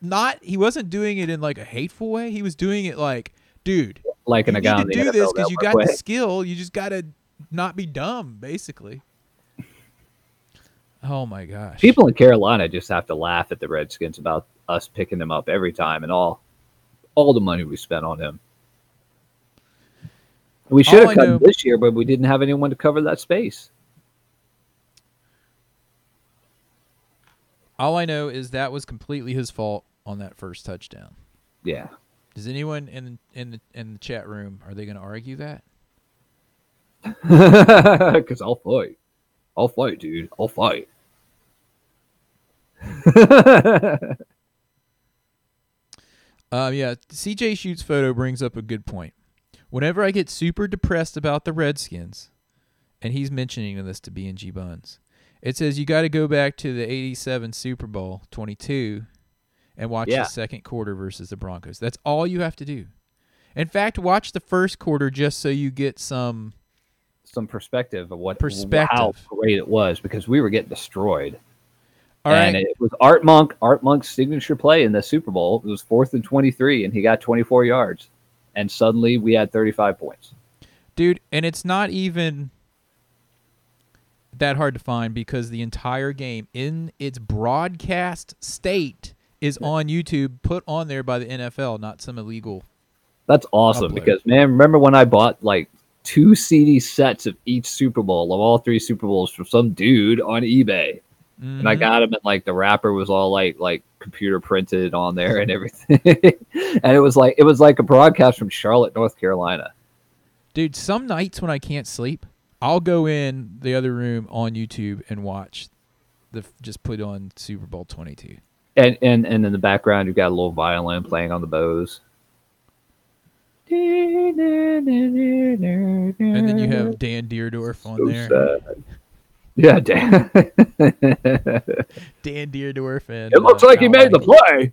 Speaker 3: not he wasn't doing it in like a hateful way. He was doing it like, dude,
Speaker 4: Like in
Speaker 3: you
Speaker 4: a guy
Speaker 3: need
Speaker 4: in
Speaker 3: to
Speaker 4: the NFL
Speaker 3: do this because you got
Speaker 4: Network
Speaker 3: the
Speaker 4: way.
Speaker 3: skill. You just got to not be dumb, basically. Oh my gosh!
Speaker 4: People in Carolina just have to laugh at the Redskins about us picking them up every time and all all the money we spent on him. We should
Speaker 3: All I
Speaker 4: have cut him
Speaker 3: know-
Speaker 4: this year, but we didn't have anyone to cover that space.
Speaker 3: All I know is that was completely his fault on that first touchdown.
Speaker 4: Yeah.
Speaker 3: Does anyone in in the in the chat room are they going to argue that?
Speaker 4: Because I'll fight. I'll fight, dude. I'll fight.
Speaker 3: Um, yeah, CJ Shoots photo brings up a good point. Whenever I get super depressed about the Redskins, and he's mentioning this to B and G Buns, it says you got to go back to the '87 Super Bowl 22 and watch
Speaker 4: Yeah.
Speaker 3: the second quarter versus the Broncos. That's all you have to do. In fact, watch the first quarter just so you get some.
Speaker 4: Some perspective of what how
Speaker 3: Perspective.
Speaker 4: great it was because we were getting destroyed.
Speaker 3: All right,
Speaker 4: and it was Art Monk, Art Monk's signature play in the Super Bowl. It was fourth and 23, and he got 24 yards. And suddenly we had 35 points.
Speaker 3: dude, and it's not even that hard to find because the entire game in its broadcast state is on YouTube, put on there by the NFL, not some illegal.
Speaker 4: That's awesome
Speaker 3: Upload.
Speaker 4: because, man, remember when I bought like two CD sets of each Super Bowl, of all three Super Bowls from some dude on eBay? and I
Speaker 3: Mhm.
Speaker 4: got him, and like the wrapper was all like like computer printed on there and everything, and it was like it was like a broadcast from Charlotte, North Carolina.
Speaker 3: dude. Some nights when I can't sleep, I'll go in the other room on YouTube and watch the just put on Super Bowl twenty two.
Speaker 4: And and and in the background, you've got a little violin playing on the bows. And
Speaker 3: And then you
Speaker 4: Mm-hmm.
Speaker 3: have Dan Deerdorf on there.
Speaker 4: Yeah, damn. it
Speaker 3: Dan Deerdorf and
Speaker 4: looks
Speaker 3: uh,
Speaker 4: like he
Speaker 3: Al
Speaker 4: made the
Speaker 3: Michaels.
Speaker 4: play.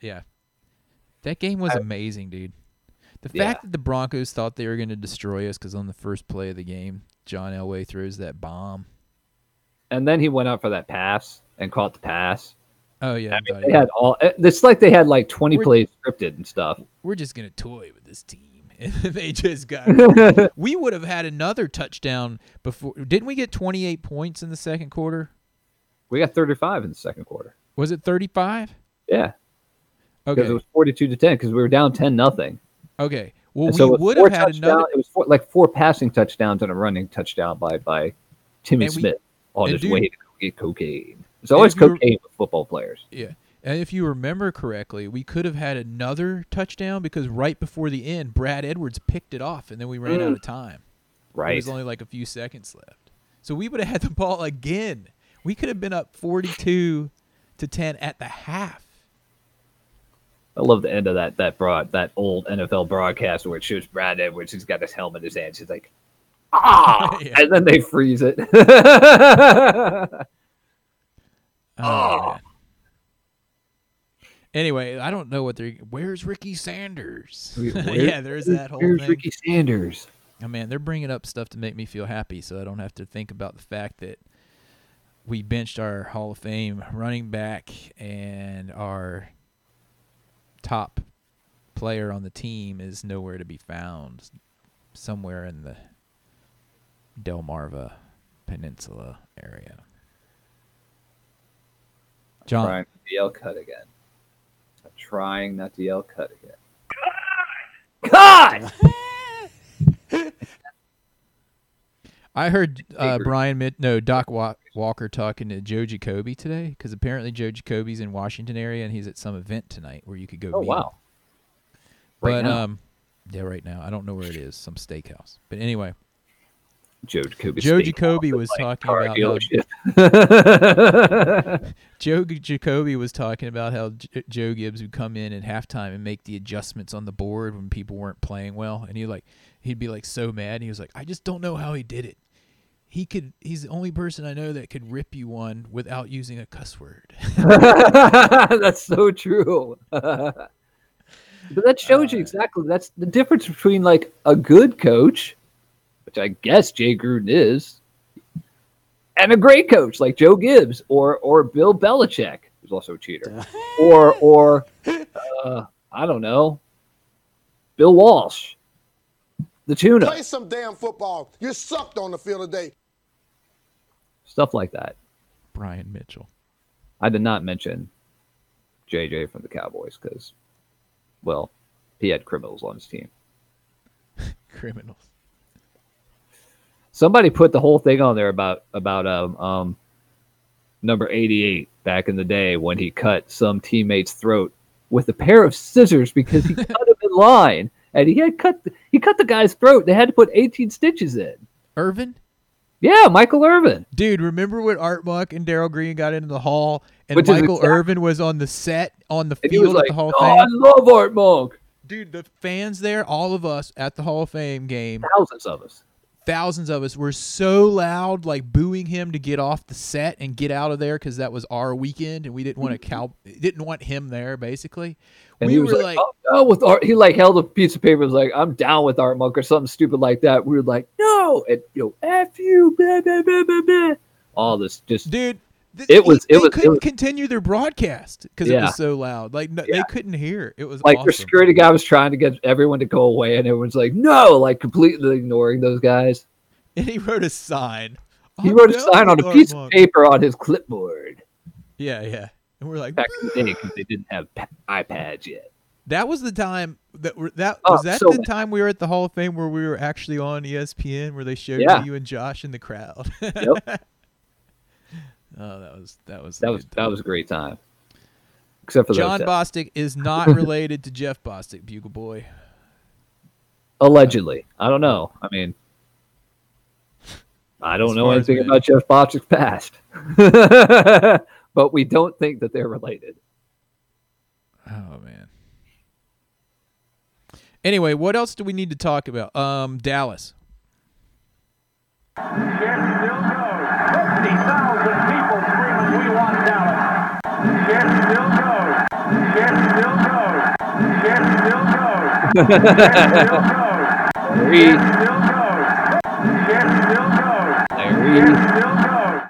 Speaker 3: Yeah. That game was amazing, dude. The fact that the Broncos thought they were going to destroy us because on the first play of the game, John Elway throws that bomb.
Speaker 4: And then he went out for that pass and caught the pass.
Speaker 3: Oh, yeah. I'm
Speaker 4: They
Speaker 3: done.
Speaker 4: had all. It's like they had like twenty
Speaker 3: We're-
Speaker 4: plays scripted and stuff.
Speaker 3: We're just going to toy with this team. And they just got. we would have had another touchdown before. Didn't we get 28 points in the second quarter?
Speaker 4: We got thirty-five in the second quarter.
Speaker 3: Was it 35?
Speaker 4: Yeah, because
Speaker 3: Okay.
Speaker 4: it was forty-two to ten because we were down ten nothing.
Speaker 3: okay. Well,
Speaker 4: so it
Speaker 3: we
Speaker 4: was
Speaker 3: would
Speaker 4: four
Speaker 3: have had
Speaker 4: touchdown-
Speaker 3: another.
Speaker 4: It was four, like four passing touchdowns and a running touchdown by by Timmy
Speaker 3: And we-
Speaker 4: Smith on
Speaker 3: and
Speaker 4: his
Speaker 3: dude-
Speaker 4: way to go get cocaine. It's always
Speaker 3: if you were-
Speaker 4: cocaine with football players.
Speaker 3: Yeah. And if you remember correctly, we could have had another touchdown because right before the end, Brad Edwards picked it off and then we ran out of time.
Speaker 4: Mm. Right.
Speaker 3: There's only like a few seconds left. So we would have had the ball again. We could have been up 42 to 10 at the half.
Speaker 4: I love the end of that that broad that old NFL broadcast where it shows Brad Edwards. He's got his helmet in his hand. He's like, ah,
Speaker 3: Yeah.
Speaker 4: and then they freeze it.
Speaker 3: Oh. man. Anyway, I don't know what they're. Where's Ricky Sanders?
Speaker 4: Wait,
Speaker 3: yeah,
Speaker 4: where-
Speaker 3: there's that whole
Speaker 4: Here's
Speaker 3: thing.
Speaker 4: Ricky Sanders.
Speaker 3: Oh man, they're bringing up stuff to make me feel happy, so I don't have to think about the fact that we benched our Hall of Fame running back and our top player on the team is nowhere to be found, somewhere in the Delmarva Peninsula area. John,
Speaker 4: Trying not to yell cut again. I'm trying not to yell cut again. Cut!
Speaker 3: I heard uh,
Speaker 4: Baker.
Speaker 3: Brian Mid- no Doc Wa- Walker talking to Joe Jacoby today because apparently Joe Jacoby's in Washington area and he's at some event tonight where you could go.
Speaker 4: Oh
Speaker 3: meet
Speaker 4: wow!
Speaker 3: him.
Speaker 4: Right
Speaker 3: but
Speaker 4: now?
Speaker 3: um, yeah, right now I don't know where it is, some steakhouse. But anyway,
Speaker 4: Joe Jacoby.
Speaker 3: Joe
Speaker 4: stinks.
Speaker 3: Jacoby was
Speaker 4: Like,
Speaker 3: talking
Speaker 4: car
Speaker 3: about um, how,
Speaker 4: dealership.
Speaker 3: Joe G- Jacoby was talking about how J- Joe Gibbs would come in at halftime and make the adjustments on the board when people weren't playing well, and he like he'd be like so mad. And he was like, I just don't know how he did it. He could. He's the only person I know that could rip you one without using a cuss word.
Speaker 4: that's so true. but that shows you exactly that's the difference between like a good coach, which I guess Jay Gruden is, and a great coach like Joe Gibbs or or Bill Belichick, who's also a cheater, or or uh, I don't know, Bill Walsh, the tuna,
Speaker 6: Play some damn football. You sucked on the field today.
Speaker 4: stuff like that.
Speaker 3: Brian Mitchell.
Speaker 4: I did not mention JJ from the Cowboys because Well, he had criminals on his team.
Speaker 3: Criminals.
Speaker 4: Somebody put the whole thing on there about about um, um number 88 back in the day when he cut some teammate's throat with a pair of scissors because he cut him in line and he had cut the, he cut the guy's throat. They had to put 18 stitches in.
Speaker 3: Irvin?
Speaker 4: Yeah, Michael Irvin.
Speaker 3: Dude, remember when Art Muck and Daryl Green got into the hall and
Speaker 4: Which is
Speaker 3: Michael
Speaker 4: exact-
Speaker 3: Irvin was on the set on the
Speaker 4: And he was
Speaker 3: field at
Speaker 4: like,
Speaker 3: the Hall
Speaker 4: "Oh,
Speaker 3: of
Speaker 4: I
Speaker 3: Fame?
Speaker 4: love Art Monk.
Speaker 3: Dude, the fans there, all of us at the Hall of Fame game,
Speaker 4: Thousands of us.
Speaker 3: thousands of us were so loud, like booing him to get off the set and get out of there because that was our weekend and we didn't want to cow didn't want him there basically.
Speaker 4: And
Speaker 3: we
Speaker 4: he was
Speaker 3: were
Speaker 4: like, "Oh." "I'm down with Art." He like held a piece of paper, was like, "I'm down with Art Monk" or something stupid like that. We were like, "No," and you know, "F you," blah, blah, blah, blah, blah. all this just
Speaker 3: dude. th-
Speaker 4: It was-
Speaker 3: they
Speaker 4: it was- it
Speaker 3: couldn't
Speaker 4: was-
Speaker 3: continue their broadcast because it
Speaker 4: Yeah.
Speaker 3: was so loud. Like no, they couldn't hear. It was
Speaker 4: like
Speaker 3: awesome.
Speaker 4: their security guy was trying to get everyone to go away, and everyone's like, "No!" Like completely ignoring those guys.
Speaker 3: And he wrote a sign. "Oh,
Speaker 4: He
Speaker 3: I'm
Speaker 4: wrote a
Speaker 3: down
Speaker 4: sign on
Speaker 3: with
Speaker 4: a
Speaker 3: Art
Speaker 4: piece of
Speaker 3: Monk.
Speaker 4: paper on his clipboard
Speaker 3: Yeah, yeah. And we're like,
Speaker 4: back in the day because they didn't have pa- iPads yet.
Speaker 3: that was the time that were that
Speaker 4: Oh,
Speaker 3: was that
Speaker 4: so-
Speaker 3: the time we were at the Hall of Fame where we were actually on E ESPN where they showed
Speaker 4: Yeah.
Speaker 3: you and Josh in the crowd. Oh, that was that was a
Speaker 4: That was
Speaker 3: good time.
Speaker 4: that was a great time, except for
Speaker 3: John
Speaker 4: those guys.
Speaker 3: Bostic is not related to Jeff Bostic, Bugle Boy.
Speaker 4: Allegedly, I don't know. I mean, I don't
Speaker 3: As
Speaker 4: know
Speaker 3: far as
Speaker 4: anything
Speaker 3: we-
Speaker 4: about Jeff Bostic's past, but we don't think that they're related.
Speaker 3: Oh man. Anyway, what else do we need to talk about? Um, Dallas.
Speaker 2: Yes, still goes. 50,000 people screaming, we want Dallas. Yes, still goes. Yes, still goes. Yes, still goes. Yes, still goes.
Speaker 4: Larry,
Speaker 2: Still goes. Yes, still goes.
Speaker 4: Larry,
Speaker 2: Still goes.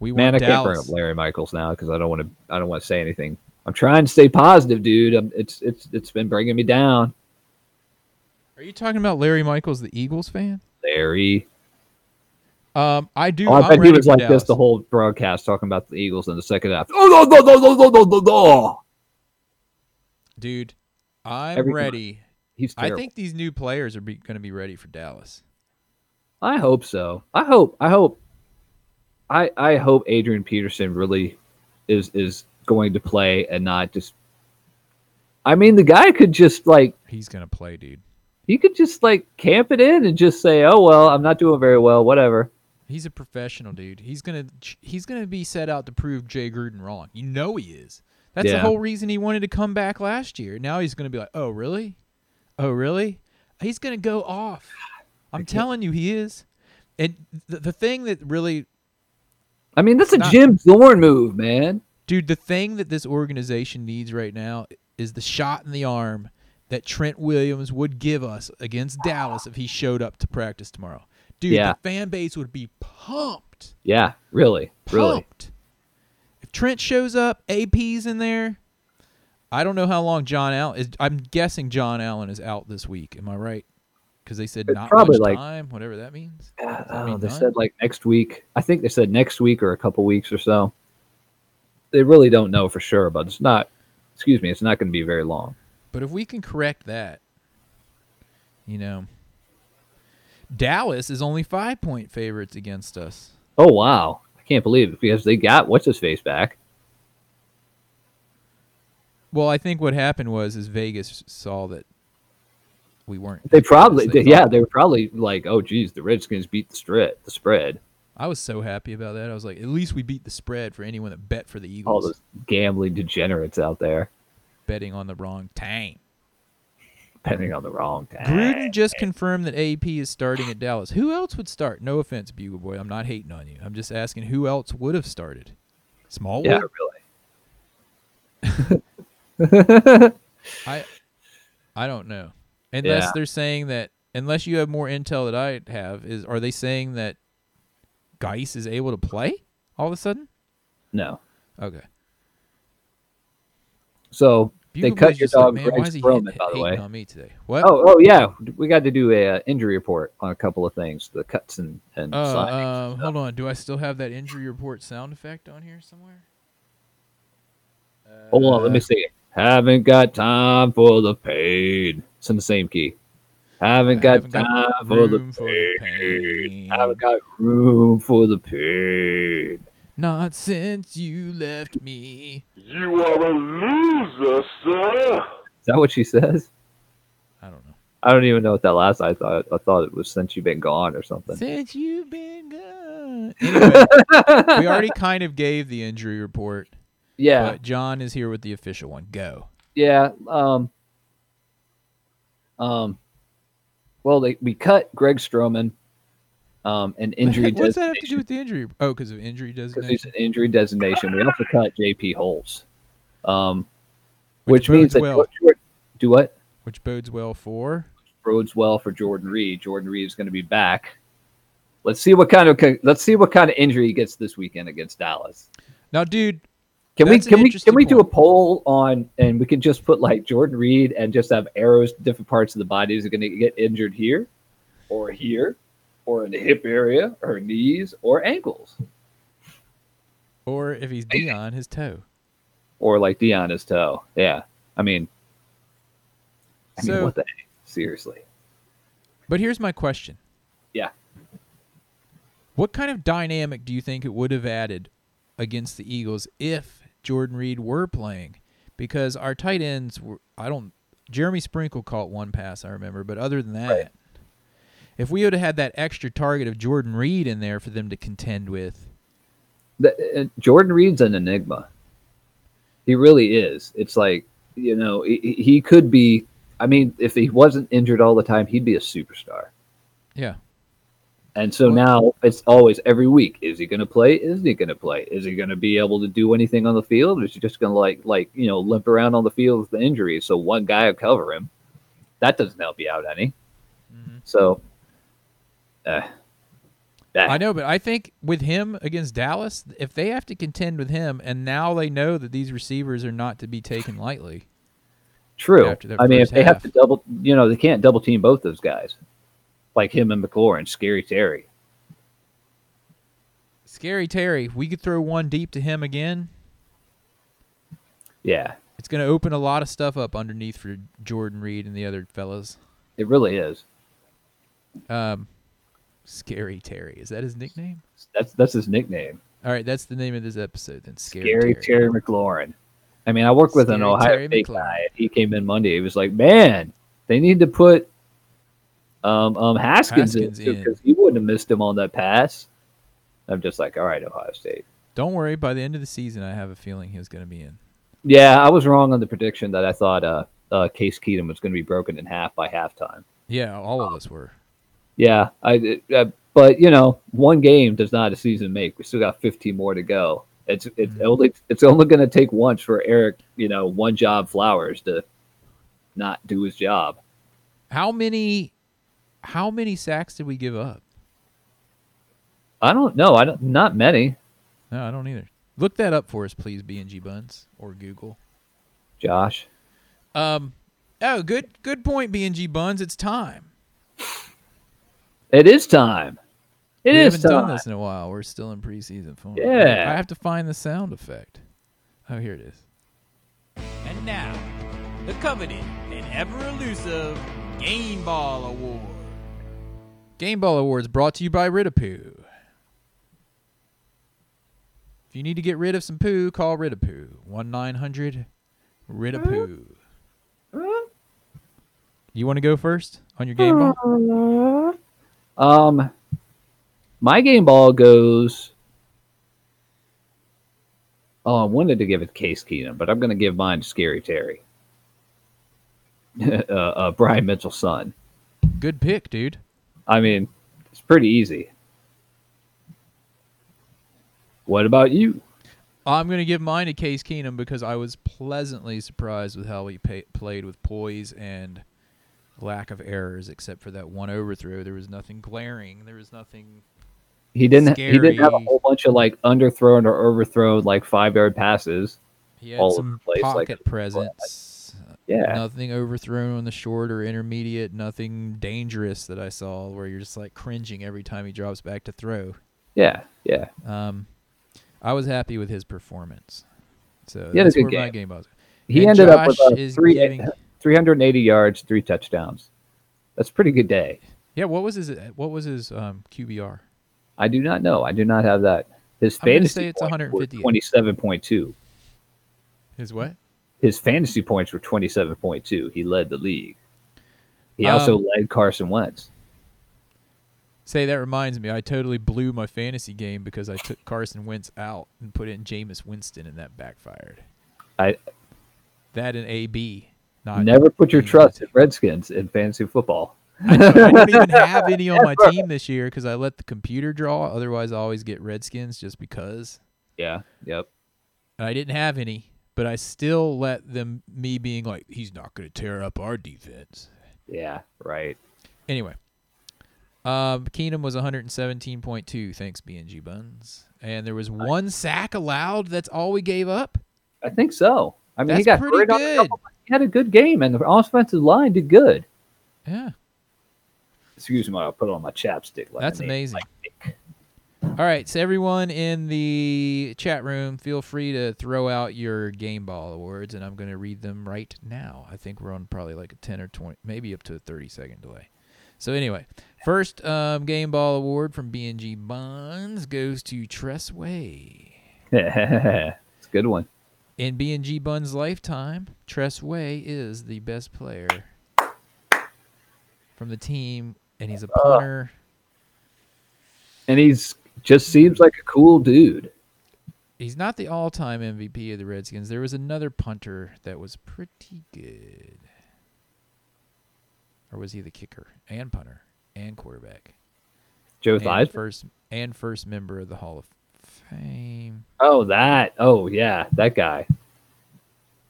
Speaker 3: We want
Speaker 4: man, I can't bring up
Speaker 3: Dallas.
Speaker 4: Larry Michaels now because I don't want to. I don't want to say anything. I'm trying to stay positive, dude. i it's it's it's been bringing me down.
Speaker 3: Are you talking about Larry Michaels, the Eagles fan?
Speaker 4: Larry,
Speaker 3: Um, I do.
Speaker 4: oh, I
Speaker 3: I'm
Speaker 4: bet
Speaker 3: ready
Speaker 4: he was
Speaker 3: for
Speaker 4: like
Speaker 3: Dallas.
Speaker 4: this the whole broadcast talking about the Eagles in the second half. Oh no no no no no no no no!
Speaker 3: dude. I'm
Speaker 4: Every time.
Speaker 3: ready.
Speaker 4: He's
Speaker 3: I
Speaker 4: terrible.
Speaker 3: think these new players are be, going to be ready for Dallas.
Speaker 4: I hope so. I hope. I hope. I I hope Adrian Peterson really is is going to play and not just. I mean, the guy could just like
Speaker 3: He's going to play, dude.
Speaker 4: he could just like camp it in and just say, "Oh well, I'm not doing very well. Whatever."
Speaker 3: He's a professional, dude. He's gonna he's gonna be set out to prove Jay Gruden wrong. You know he is. That's the
Speaker 4: Yeah.
Speaker 3: whole reason he wanted to come back last year. Now he's gonna be like, oh really, oh really? He's gonna go off. I'm telling you, he is. And the, the thing that really,
Speaker 4: I mean, that's a
Speaker 3: Not-
Speaker 4: Jim Zorn move, man.
Speaker 3: dude, the thing that this organization needs right now is the shot in the arm that Trent Williams would give us against Dallas if he showed up to practice tomorrow. Dude,
Speaker 4: Yeah.
Speaker 3: the fan base would be pumped.
Speaker 4: Yeah, really, really.
Speaker 3: pumped. If Trent shows up, AP's in there. I don't know how long John Allen is. I'm guessing John Allen is out this week. Am I right? Because they said
Speaker 4: It's
Speaker 3: not
Speaker 4: probably
Speaker 3: much
Speaker 4: like-
Speaker 3: time, whatever that means.
Speaker 4: Uh,
Speaker 3: that mean
Speaker 4: oh, they
Speaker 3: none?
Speaker 4: said like next week. I think they said next week or a couple weeks or so. They really don't know for sure, but it's not. Excuse me, it's not going to be very long.
Speaker 3: But if we can correct that, you know, Dallas is only five point favorites against us.
Speaker 4: Oh wow, I can't believe it because they got what's his face back.
Speaker 3: Well, I think what happened was is Vegas saw that we weren't.
Speaker 4: They
Speaker 3: as good as
Speaker 4: probably
Speaker 3: they
Speaker 4: yeah,
Speaker 3: thought.
Speaker 4: they were probably like, oh geez, the Redskins beat the spread. The spread.
Speaker 3: I was so happy about that. I was like, at least we beat the spread for anyone that bet for the Eagles.
Speaker 4: All those gambling degenerates out there
Speaker 3: betting on the wrong team.
Speaker 4: betting on the wrong
Speaker 3: Gruden
Speaker 4: time.
Speaker 3: just confirmed that AEP is starting at Dallas. Who else would start? No offense, Bugle Boy. I'm not hating on you. I'm just asking who else would have started. Smallwood.
Speaker 4: Yeah, really.
Speaker 3: I I don't know. Unless
Speaker 4: Yeah.
Speaker 3: they're saying that unless you have more intel that I have, is are they saying that Geis is able to play all of a sudden?
Speaker 4: No.
Speaker 3: Okay.
Speaker 4: So
Speaker 3: Bugle
Speaker 4: they cut
Speaker 3: Boy's
Speaker 4: your
Speaker 3: just like,
Speaker 4: dog
Speaker 3: "Man, why
Speaker 4: Greg
Speaker 3: is he
Speaker 4: Stroman,
Speaker 3: hit-
Speaker 4: by the
Speaker 3: hating
Speaker 4: way.
Speaker 3: on me today? What?
Speaker 4: Oh, oh yeah, we got to do a uh, injury report on a couple of things, the cuts and and
Speaker 3: Uh,
Speaker 4: signings.
Speaker 3: uh, hold on. Do I still have that injury report sound effect on here somewhere?
Speaker 4: Hold on, let me see. Haven't got time for the pain. It's in the same key. Haven't got
Speaker 3: Haven't got
Speaker 4: time for the
Speaker 3: room for the
Speaker 4: pain.
Speaker 3: pain.
Speaker 4: Haven't got room for the pain.
Speaker 3: Not since you left me.
Speaker 7: You are a loser, sir.
Speaker 4: Is that what she says?
Speaker 3: I don't know.
Speaker 4: I don't even know what that last I thought. I thought it was since you've been gone or something.
Speaker 3: Since you've been gone. Anyway, we already kind of gave the injury report,
Speaker 4: yeah,
Speaker 3: but John is here with the official one. Go.
Speaker 4: yeah. Um, um. Well, they we cut Greg Stroman, um, an injury.
Speaker 3: What's that have to
Speaker 4: designation.
Speaker 3: do with the injury? Oh, because of injury
Speaker 4: because he's
Speaker 3: designation.
Speaker 4: an injury designation. We also cut JP Holes, um,
Speaker 3: Which
Speaker 4: which, means
Speaker 3: bodes
Speaker 4: that
Speaker 3: well.
Speaker 4: George- George- do what
Speaker 3: Which bodes well for.
Speaker 4: bodes well for Jordan Reed. Jordan Reed is going to be back. Let's see what kind of co- let's see what kind of injury he gets this weekend against Dallas.
Speaker 3: Now, dude,
Speaker 4: Can
Speaker 3: That's
Speaker 4: we
Speaker 3: an
Speaker 4: can we
Speaker 3: interesting
Speaker 4: can we do a
Speaker 3: point.
Speaker 4: poll on and we can just put like Jordan Reed and just have arrows to different parts of the body is going to get injured here, or here, or in the hip area, or knees, or ankles,
Speaker 3: or if he's Dion, his toe.
Speaker 4: or like Deanna's toe. Yeah, I mean, I mean,
Speaker 3: So-
Speaker 4: what the heck? seriously?
Speaker 3: But here's my question.
Speaker 4: Yeah.
Speaker 3: What kind of dynamic do you think it would have added against the Eagles if Jordan Reed were playing? Because our tight ends were I don't Jeremy Sprinkle caught one pass, I remember, but other than that, if we would have had that extra target of Jordan Reed in there for them to contend with,
Speaker 4: the, uh, Jordan Reed's an enigma. He really is. It's like you know he, he- he could be. I mean, if he wasn't injured all the time, he'd be a superstar.
Speaker 3: yeah.
Speaker 4: And so
Speaker 3: Well-
Speaker 4: now it's always every week: is he going to play? Is he going to play? Is he going to be able to do anything on the field? Is he just going to like like you know limp around on the field with the injury? So one guy will cover him. That doesn't help you out any.
Speaker 3: Mm-hmm.
Speaker 4: So, uh, that,
Speaker 3: I know, but I think with him against Dallas, if they have to contend with him and now they know that these receivers are not to be taken lightly.
Speaker 4: True.
Speaker 3: after their
Speaker 4: I mean, if
Speaker 3: first
Speaker 4: they have
Speaker 3: half.
Speaker 4: to double, you know, they can't double team both those guys, like him and McLaurin, Scary Terry.
Speaker 3: Scary Terry, we could throw one deep to him again.
Speaker 4: Yeah,
Speaker 3: It's going to open a lot of stuff up underneath for Jordan Reed and the other fellas.
Speaker 4: it really is.
Speaker 3: Um, Scary Terry. Is that his nickname?
Speaker 4: That's that's his nickname,
Speaker 3: All right, that's the name of this episode then. Scary,
Speaker 4: Scary
Speaker 3: Terry.
Speaker 4: Terry McLaurin. I mean, I work with an
Speaker 3: Scary
Speaker 4: Ohio
Speaker 3: Terry
Speaker 4: State
Speaker 3: McLaurin.
Speaker 4: guy. And he came in Monday. He was like, "Man, they need to put um um Haskins,
Speaker 3: Haskins
Speaker 4: in
Speaker 3: in.
Speaker 4: because he wouldn't have missed him on that pass." I'm just like, "All right, Ohio State."
Speaker 3: Don't worry, by the end of the season, I have a feeling he was going to be in.
Speaker 4: Yeah, I was wrong on the prediction that I thought uh, uh Case Keenum was going to be broken in half by halftime.
Speaker 3: Yeah, all of us were.
Speaker 4: Yeah, I. Uh, but you know, one game does not a season make. We still got 15 more to go. It's it's
Speaker 3: Mm-hmm.
Speaker 4: only it's only going to take once for Eric, you know, one job Flowers to not do his job.
Speaker 3: How many how many sacks did we give up?
Speaker 4: I don't know. I don't. Not many.
Speaker 3: No, I don't either. Look that up for us, please, BNG Buns or Google.
Speaker 4: Josh.
Speaker 3: Um, oh, good good point, BNG Buns. It's time.
Speaker 4: It is time. It
Speaker 3: we
Speaker 4: is
Speaker 3: haven't done
Speaker 4: time.
Speaker 3: this in a while. We're still in preseason form.
Speaker 4: Yeah.
Speaker 3: I have to find the sound effect. Oh, here it is.
Speaker 8: And now, the coveted and ever elusive Game Ball Award.
Speaker 3: Game Ball Awards brought to you by Ridapoo. If you need to get rid of some poo, call Ridapoo. 1 900 Ridapoo. You want to go first on your Game Ball?
Speaker 4: Uh. Um, my game ball goes. Oh, I wanted to give it to Case Keenum, but I'm going to give mine to Scary Terry, uh, uh, Brian Mitchell's son.
Speaker 3: Good pick, dude.
Speaker 4: I mean, it's pretty easy. What about you?
Speaker 3: I'm going to give mine to Case Keenum because I was pleasantly surprised with how he pa played with poise and lack of errors, except for that one overthrow. There was nothing glaring. There was nothing.
Speaker 4: He didn't. He didn't have a
Speaker 3: Scary.
Speaker 4: whole bunch of like underthrown or overthrown like five yard passes.
Speaker 3: He had
Speaker 4: All over
Speaker 3: some
Speaker 4: the place, like
Speaker 3: pocket
Speaker 4: a-
Speaker 3: presence.
Speaker 4: Yeah,
Speaker 3: Nothing overthrown on the short or intermediate. Nothing dangerous that I saw where you're just like cringing every time he drops back to throw.
Speaker 4: yeah, yeah.
Speaker 3: Um, I was happy with his performance. So
Speaker 4: He had a
Speaker 3: that's
Speaker 4: good
Speaker 3: where my
Speaker 4: game.
Speaker 3: game was.
Speaker 4: he
Speaker 3: And
Speaker 4: ended up with
Speaker 3: Josh
Speaker 4: a
Speaker 3: is
Speaker 4: three,
Speaker 3: giving-
Speaker 4: 380 yards, three touchdowns. That's a pretty good day.
Speaker 3: Yeah, what was his uh, what was his um, QBR?
Speaker 4: I do not know. I do not have that. His
Speaker 3: I'm gonna
Speaker 4: fantasy
Speaker 3: say it's
Speaker 4: points were
Speaker 3: 158.
Speaker 4: 27.2.
Speaker 3: His what?
Speaker 4: His fantasy points were 27.2. He led the league. He also
Speaker 3: Um,
Speaker 4: led Carson Wentz.
Speaker 3: Say that reminds me, I totally blew my fantasy game because I took Carson Wentz out and put in Jameis Winston, and that backfired.
Speaker 4: I
Speaker 3: That and AB. Not
Speaker 4: never put your
Speaker 3: being on the
Speaker 4: trust
Speaker 3: team.
Speaker 4: in Redskins in fantasy football.
Speaker 3: I don't even have any on my team this year because I let the computer draw. Otherwise, I always get Redskins just because.
Speaker 4: Yeah. Yep.
Speaker 3: And I didn't have any, but I still let them. Me being like, he's not going to tear up our defense.
Speaker 4: Yeah. Right.
Speaker 3: Anyway, um, Keenum was 117.2. Thanks, BNG Buns. And there was one sack allowed. That's all we gave up.
Speaker 4: I think so. I mean, he
Speaker 3: That's
Speaker 4: got
Speaker 3: pretty
Speaker 4: hurt on a
Speaker 3: good.
Speaker 4: couple- he had a good game, and the offensive line did good.
Speaker 3: Yeah,
Speaker 4: Excuse me, I'll put on my chapstick. Like
Speaker 3: that's
Speaker 4: I mean,
Speaker 3: amazing.
Speaker 4: like-
Speaker 3: All right, so everyone in the chat room, feel free to throw out your game ball awards, and I'm going to read them right now. I think we're on probably like a 10 or 20, maybe up to a 30 second delay. So anyway, first um, game ball award from BNG Buns goes to Tressway.
Speaker 4: it's a good one.
Speaker 3: In BNG Bun's lifetime, Tressway is the best player from the team, and he's a punter.
Speaker 4: And he's just seems like a cool dude.
Speaker 3: He's not the all-time MVP of the Redskins. There was another punter that was pretty good. Or was he the kicker and punter and quarterback
Speaker 4: Joe
Speaker 3: and
Speaker 4: Theismann.
Speaker 3: first and first member of the Hall of Fame?
Speaker 4: Oh, that. Oh, yeah, that guy,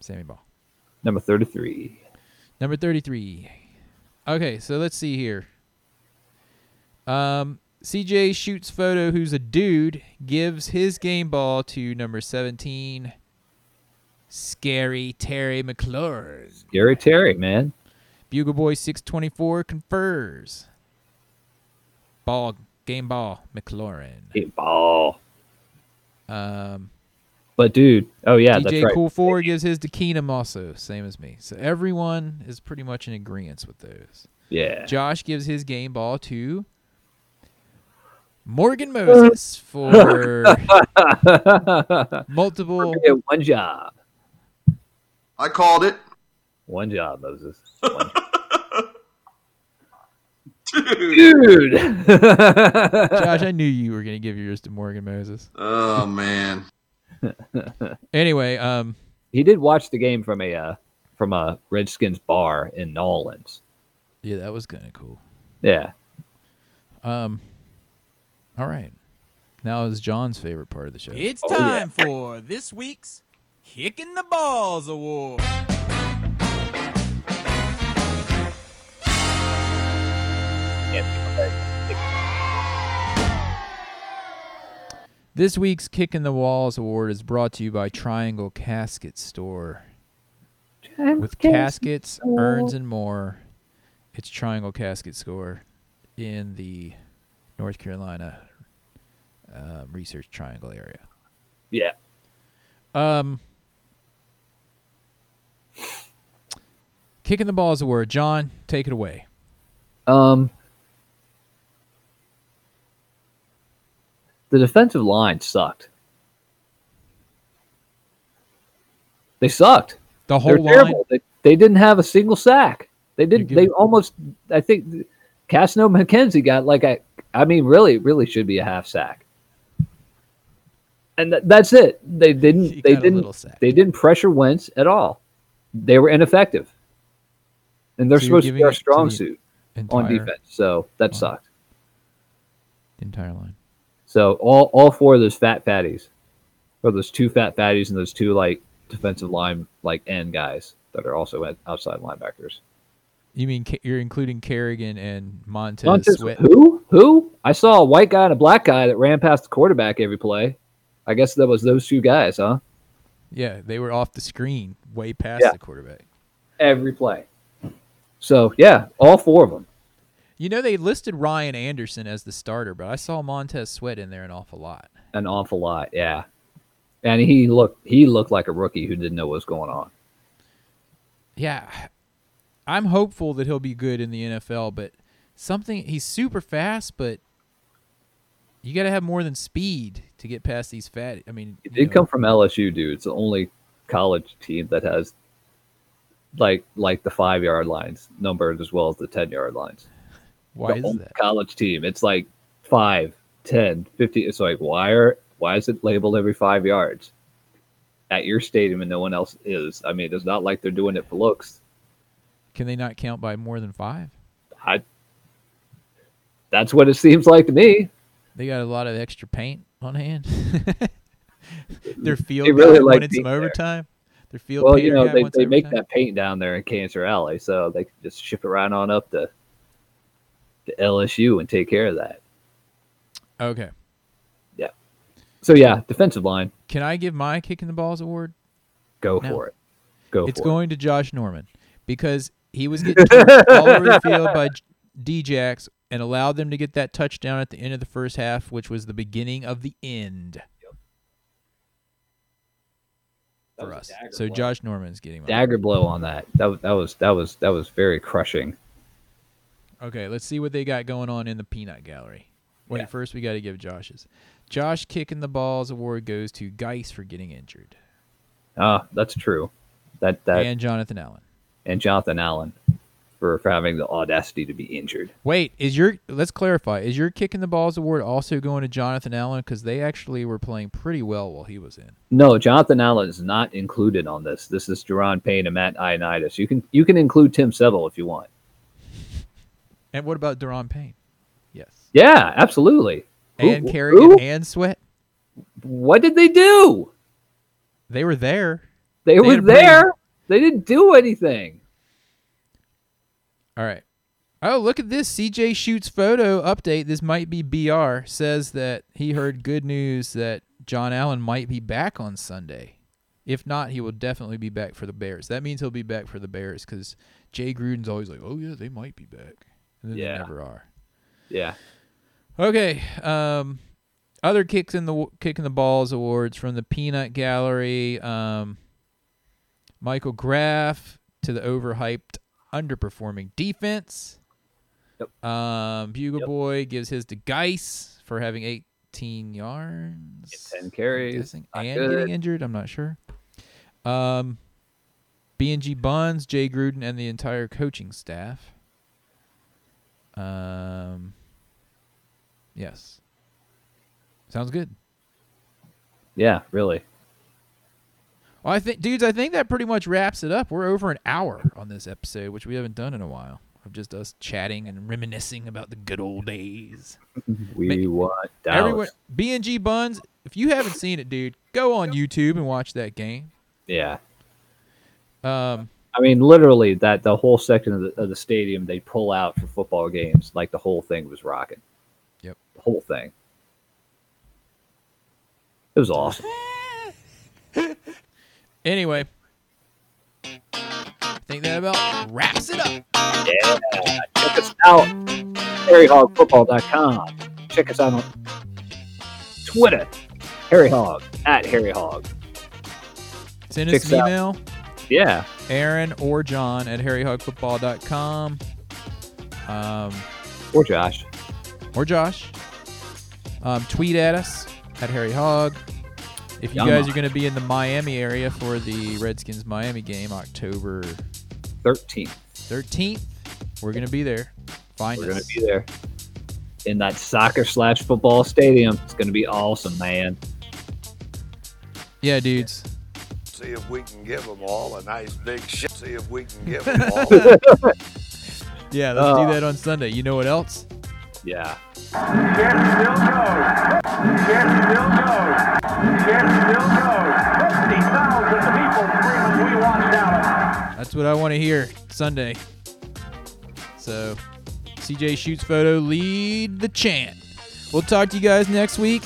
Speaker 3: Sammy Ball.
Speaker 4: number thirty-three.
Speaker 3: Number 33. Okay, so let's see here. Um, CJ shoots photo who's a dude, gives his game ball to number 17, Scary Terry McLaurin.
Speaker 4: Gary Terry, man.
Speaker 3: Bugle Boy 624 confers. Ball, game ball, McLaurin.
Speaker 4: Eight ball.
Speaker 3: Um,
Speaker 4: But dude, oh yeah, that's
Speaker 3: DJ
Speaker 4: right.
Speaker 3: Cool Four gives his to Keenum also, same as me. So everyone is pretty much in agreement with those.
Speaker 4: Yeah,
Speaker 3: Josh gives his game ball to Morgan Moses for multiple.
Speaker 4: Yeah, one job,
Speaker 5: I called it,
Speaker 4: one job, Moses. One job.
Speaker 5: dude.
Speaker 4: dude.
Speaker 3: Josh, I knew you were going to give yours to Morgan Moses.
Speaker 5: Oh man,
Speaker 3: Anyway, um,
Speaker 4: he did watch the game from a uh, from a Redskins bar in New Orleans.
Speaker 3: yeah, that was kind of cool.
Speaker 4: Yeah,
Speaker 3: Um, all right. Now is John's favorite part of the show.
Speaker 8: It's
Speaker 4: yeah.
Speaker 8: time for this week's Kicking the Balls Award.
Speaker 3: This week's Kick in the Walls award is brought to you by Triangle Casket Store. With caskets, urns, and more, it's Triangle Casket Store in the North Carolina um, Research Triangle area.
Speaker 4: yeah.
Speaker 3: Um, Kicking the Balls award. John, take it away.
Speaker 4: Um, the defensive line sucked. They sucked. They're
Speaker 3: The whole line.
Speaker 4: terrible. They, they didn't have a single sack. They did.
Speaker 3: give
Speaker 4: They
Speaker 3: it-
Speaker 4: almost. I think Casno McKenzie got like a. I mean, really, it really should be a half sack. And th- that's it. They didn't.
Speaker 3: He
Speaker 4: they
Speaker 3: got a
Speaker 4: didn't.
Speaker 3: little sack.
Speaker 4: They didn't pressure Wentz at all. They were ineffective. And they're
Speaker 3: So you're
Speaker 4: supposed to
Speaker 3: giving
Speaker 4: be our
Speaker 3: it to
Speaker 4: strong
Speaker 3: the-
Speaker 4: suit
Speaker 3: Entire,
Speaker 4: on defense. So that
Speaker 3: Wow.
Speaker 4: sucked.
Speaker 3: Entire line.
Speaker 4: So all all four of those fat fatties, or those two fat fatties and those two like defensive line like end guys that are also at- outside linebackers.
Speaker 3: You mean Ca- you're including Kerrigan and Montez,
Speaker 4: Montez-
Speaker 3: Sweat?
Speaker 4: who who? I saw a white guy and a black guy that ran past the quarterback every play. I guess that was those two guys, huh?
Speaker 3: Yeah, they were off the screen way past
Speaker 4: Yeah.
Speaker 3: the quarterback.
Speaker 4: Every play. So yeah, all four of them.
Speaker 3: You know, they listed Ryan Anderson as the starter, but I saw Montez Sweat in there an awful lot.
Speaker 4: An awful lot, yeah. And he looked he looked like a rookie who didn't know what was going on.
Speaker 3: yeah, I'm hopeful that he'll be good in the NFL, but something he's super fast, but you got to have more than speed to get past these fat. I mean,
Speaker 4: It
Speaker 3: you
Speaker 4: did
Speaker 3: know,
Speaker 4: come from LSU, dude. It's the only college team that has like like the five yard lines numbered as well as the ten yard lines.
Speaker 3: Why
Speaker 4: the
Speaker 3: is
Speaker 4: only
Speaker 3: that?
Speaker 4: college team. It's like five, 10, 50. It's like why are why is it labeled every five yards at your stadium and no one else is? I mean, it's not like they're doing it for looks.
Speaker 3: Can they not count by more than five?
Speaker 4: I that's what it seems like to me.
Speaker 3: They got a lot of extra paint on hand. Their field
Speaker 4: They really
Speaker 3: guy
Speaker 4: like
Speaker 3: wanted
Speaker 4: being
Speaker 3: some
Speaker 4: there.
Speaker 3: overtime. Their field
Speaker 4: Well,
Speaker 3: painter
Speaker 4: you know,
Speaker 3: guy
Speaker 4: they,
Speaker 3: wants
Speaker 4: they make
Speaker 3: overtime.
Speaker 4: that paint down there in Cancer Alley, so they can just ship it right on up to to LSU and take care of that.
Speaker 3: Okay.
Speaker 4: So yeah, defensive line,
Speaker 3: Can I give my kick in the balls award?
Speaker 4: go
Speaker 3: No.
Speaker 4: for it. Go
Speaker 3: it's
Speaker 4: for
Speaker 3: going to Josh Norman because he was getting torched all over the field by D-Jax and allowed them to get that touchdown at the end of the first half, which was the beginning of the end
Speaker 4: it That
Speaker 3: for
Speaker 4: was a
Speaker 3: us.
Speaker 4: dagger
Speaker 3: So
Speaker 4: blow.
Speaker 3: Josh Norman's getting my
Speaker 4: dagger blow on that. That was that was that was that was very crushing.
Speaker 3: Okay, let's see what they got going on in the peanut gallery. Wait,
Speaker 4: Yeah.
Speaker 3: first we got to give Josh's. Josh kicking the balls award goes to Geis for getting injured
Speaker 4: Ah, that's true. That that and,
Speaker 3: and Jonathan Allen.
Speaker 4: Jonathan Allen for, for having the audacity to be injured.
Speaker 3: Wait, is your let's clarify. Is your kicking the balls award also going to Jonathan Allen because they actually were playing pretty well while he was in?
Speaker 4: No, Jonathan Allen is not included on this. This is Jerron Payne and Matt Ioannidis. You can you can include Tim Seville if you want.
Speaker 3: And what about Deron Payne? Yes,
Speaker 4: Yeah, absolutely. Who-
Speaker 3: and
Speaker 4: who-
Speaker 3: Kerrigan
Speaker 4: who?
Speaker 3: and Sweat.
Speaker 4: what did they do?
Speaker 3: They were there.
Speaker 4: They,
Speaker 3: had
Speaker 4: were
Speaker 3: a pretty-
Speaker 4: there. They didn't do anything.
Speaker 3: All right. Oh, look at this. CJ shoots photo update. This might be BR. Says that he heard good news that John Allen might be back on Sunday. If not, he will definitely be back for the Bears. That means he'll be back for the Bears because Jay Gruden's always like, oh, yeah, they might be back. And then they
Speaker 4: Yeah.
Speaker 3: never are.
Speaker 4: Yeah.
Speaker 3: Okay. Um, other kicks in the kick in the balls awards from the Peanut Gallery. Um, Michael Graff to the overhyped, underperforming defense. Yep. Um, Bugle
Speaker 4: Yep.
Speaker 3: Boy gives his to Geis for having 18 yards,
Speaker 4: Ten
Speaker 3: I'm
Speaker 4: carries.
Speaker 3: guessing,
Speaker 4: not
Speaker 3: and
Speaker 4: good.
Speaker 3: getting injured. I'm not sure. Um, BNG Bonds, Jay Gruden, and the entire coaching staff. Um, yes. Sounds good.
Speaker 4: Yeah, really.
Speaker 3: Well, I think, dudes, I think that pretty much wraps it up. We're over an hour on this episode, which we haven't done in a while, of just us chatting and reminiscing about the good old days.
Speaker 4: We want Dallas.
Speaker 3: Everyone, BNG Buns, if you haven't seen it, dude, go on YouTube and watch that game.
Speaker 4: Yeah.
Speaker 3: Um,
Speaker 4: I mean, literally, that the whole section of the, of the stadium they pull out for football games, like the whole thing was rocking.
Speaker 3: Yep.
Speaker 4: The whole thing. It was awesome.
Speaker 3: anyway, I think that about wraps it up.
Speaker 4: Yeah. Check us out. HarryHogFootball.com. Check us out on Twitter. Harry Hog at Harry Hog.
Speaker 3: Send
Speaker 4: Check
Speaker 3: us
Speaker 4: us
Speaker 3: an
Speaker 4: out.
Speaker 3: email,
Speaker 4: Yeah.
Speaker 3: Aaron or John at harryhogfootball.com. Um,
Speaker 4: Or Josh.
Speaker 3: or Josh. Um, tweet at us at Harry Hog. If you
Speaker 4: Yama.
Speaker 3: guys are going to be in the Miami area for the Redskins Miami game, October
Speaker 4: 13.
Speaker 3: 13th, we're going to be there. Find
Speaker 4: We're going
Speaker 3: us.
Speaker 4: to be there in that soccer slash football stadium. It's going to be awesome, man.
Speaker 3: Yeah, dudes.
Speaker 9: See if we can give them all a nice big shit. See if we can give them all.
Speaker 3: Yeah, let's
Speaker 4: Oh.
Speaker 3: do that on Sunday. You know what else?
Speaker 4: Yeah.
Speaker 2: Get still goes. Get still goes. Get still goes. 50,000 people screaming, we want Dallas.
Speaker 3: That's what I want to hear Sunday. So, CJ shoots photo, lead the chant. We'll talk to you guys next week.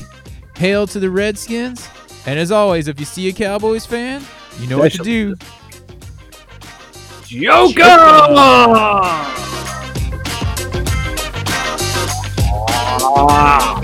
Speaker 3: Hail to the Redskins. And as always, if you see a Cowboys fan, you know what to
Speaker 4: Especially
Speaker 3: do.
Speaker 4: Joker!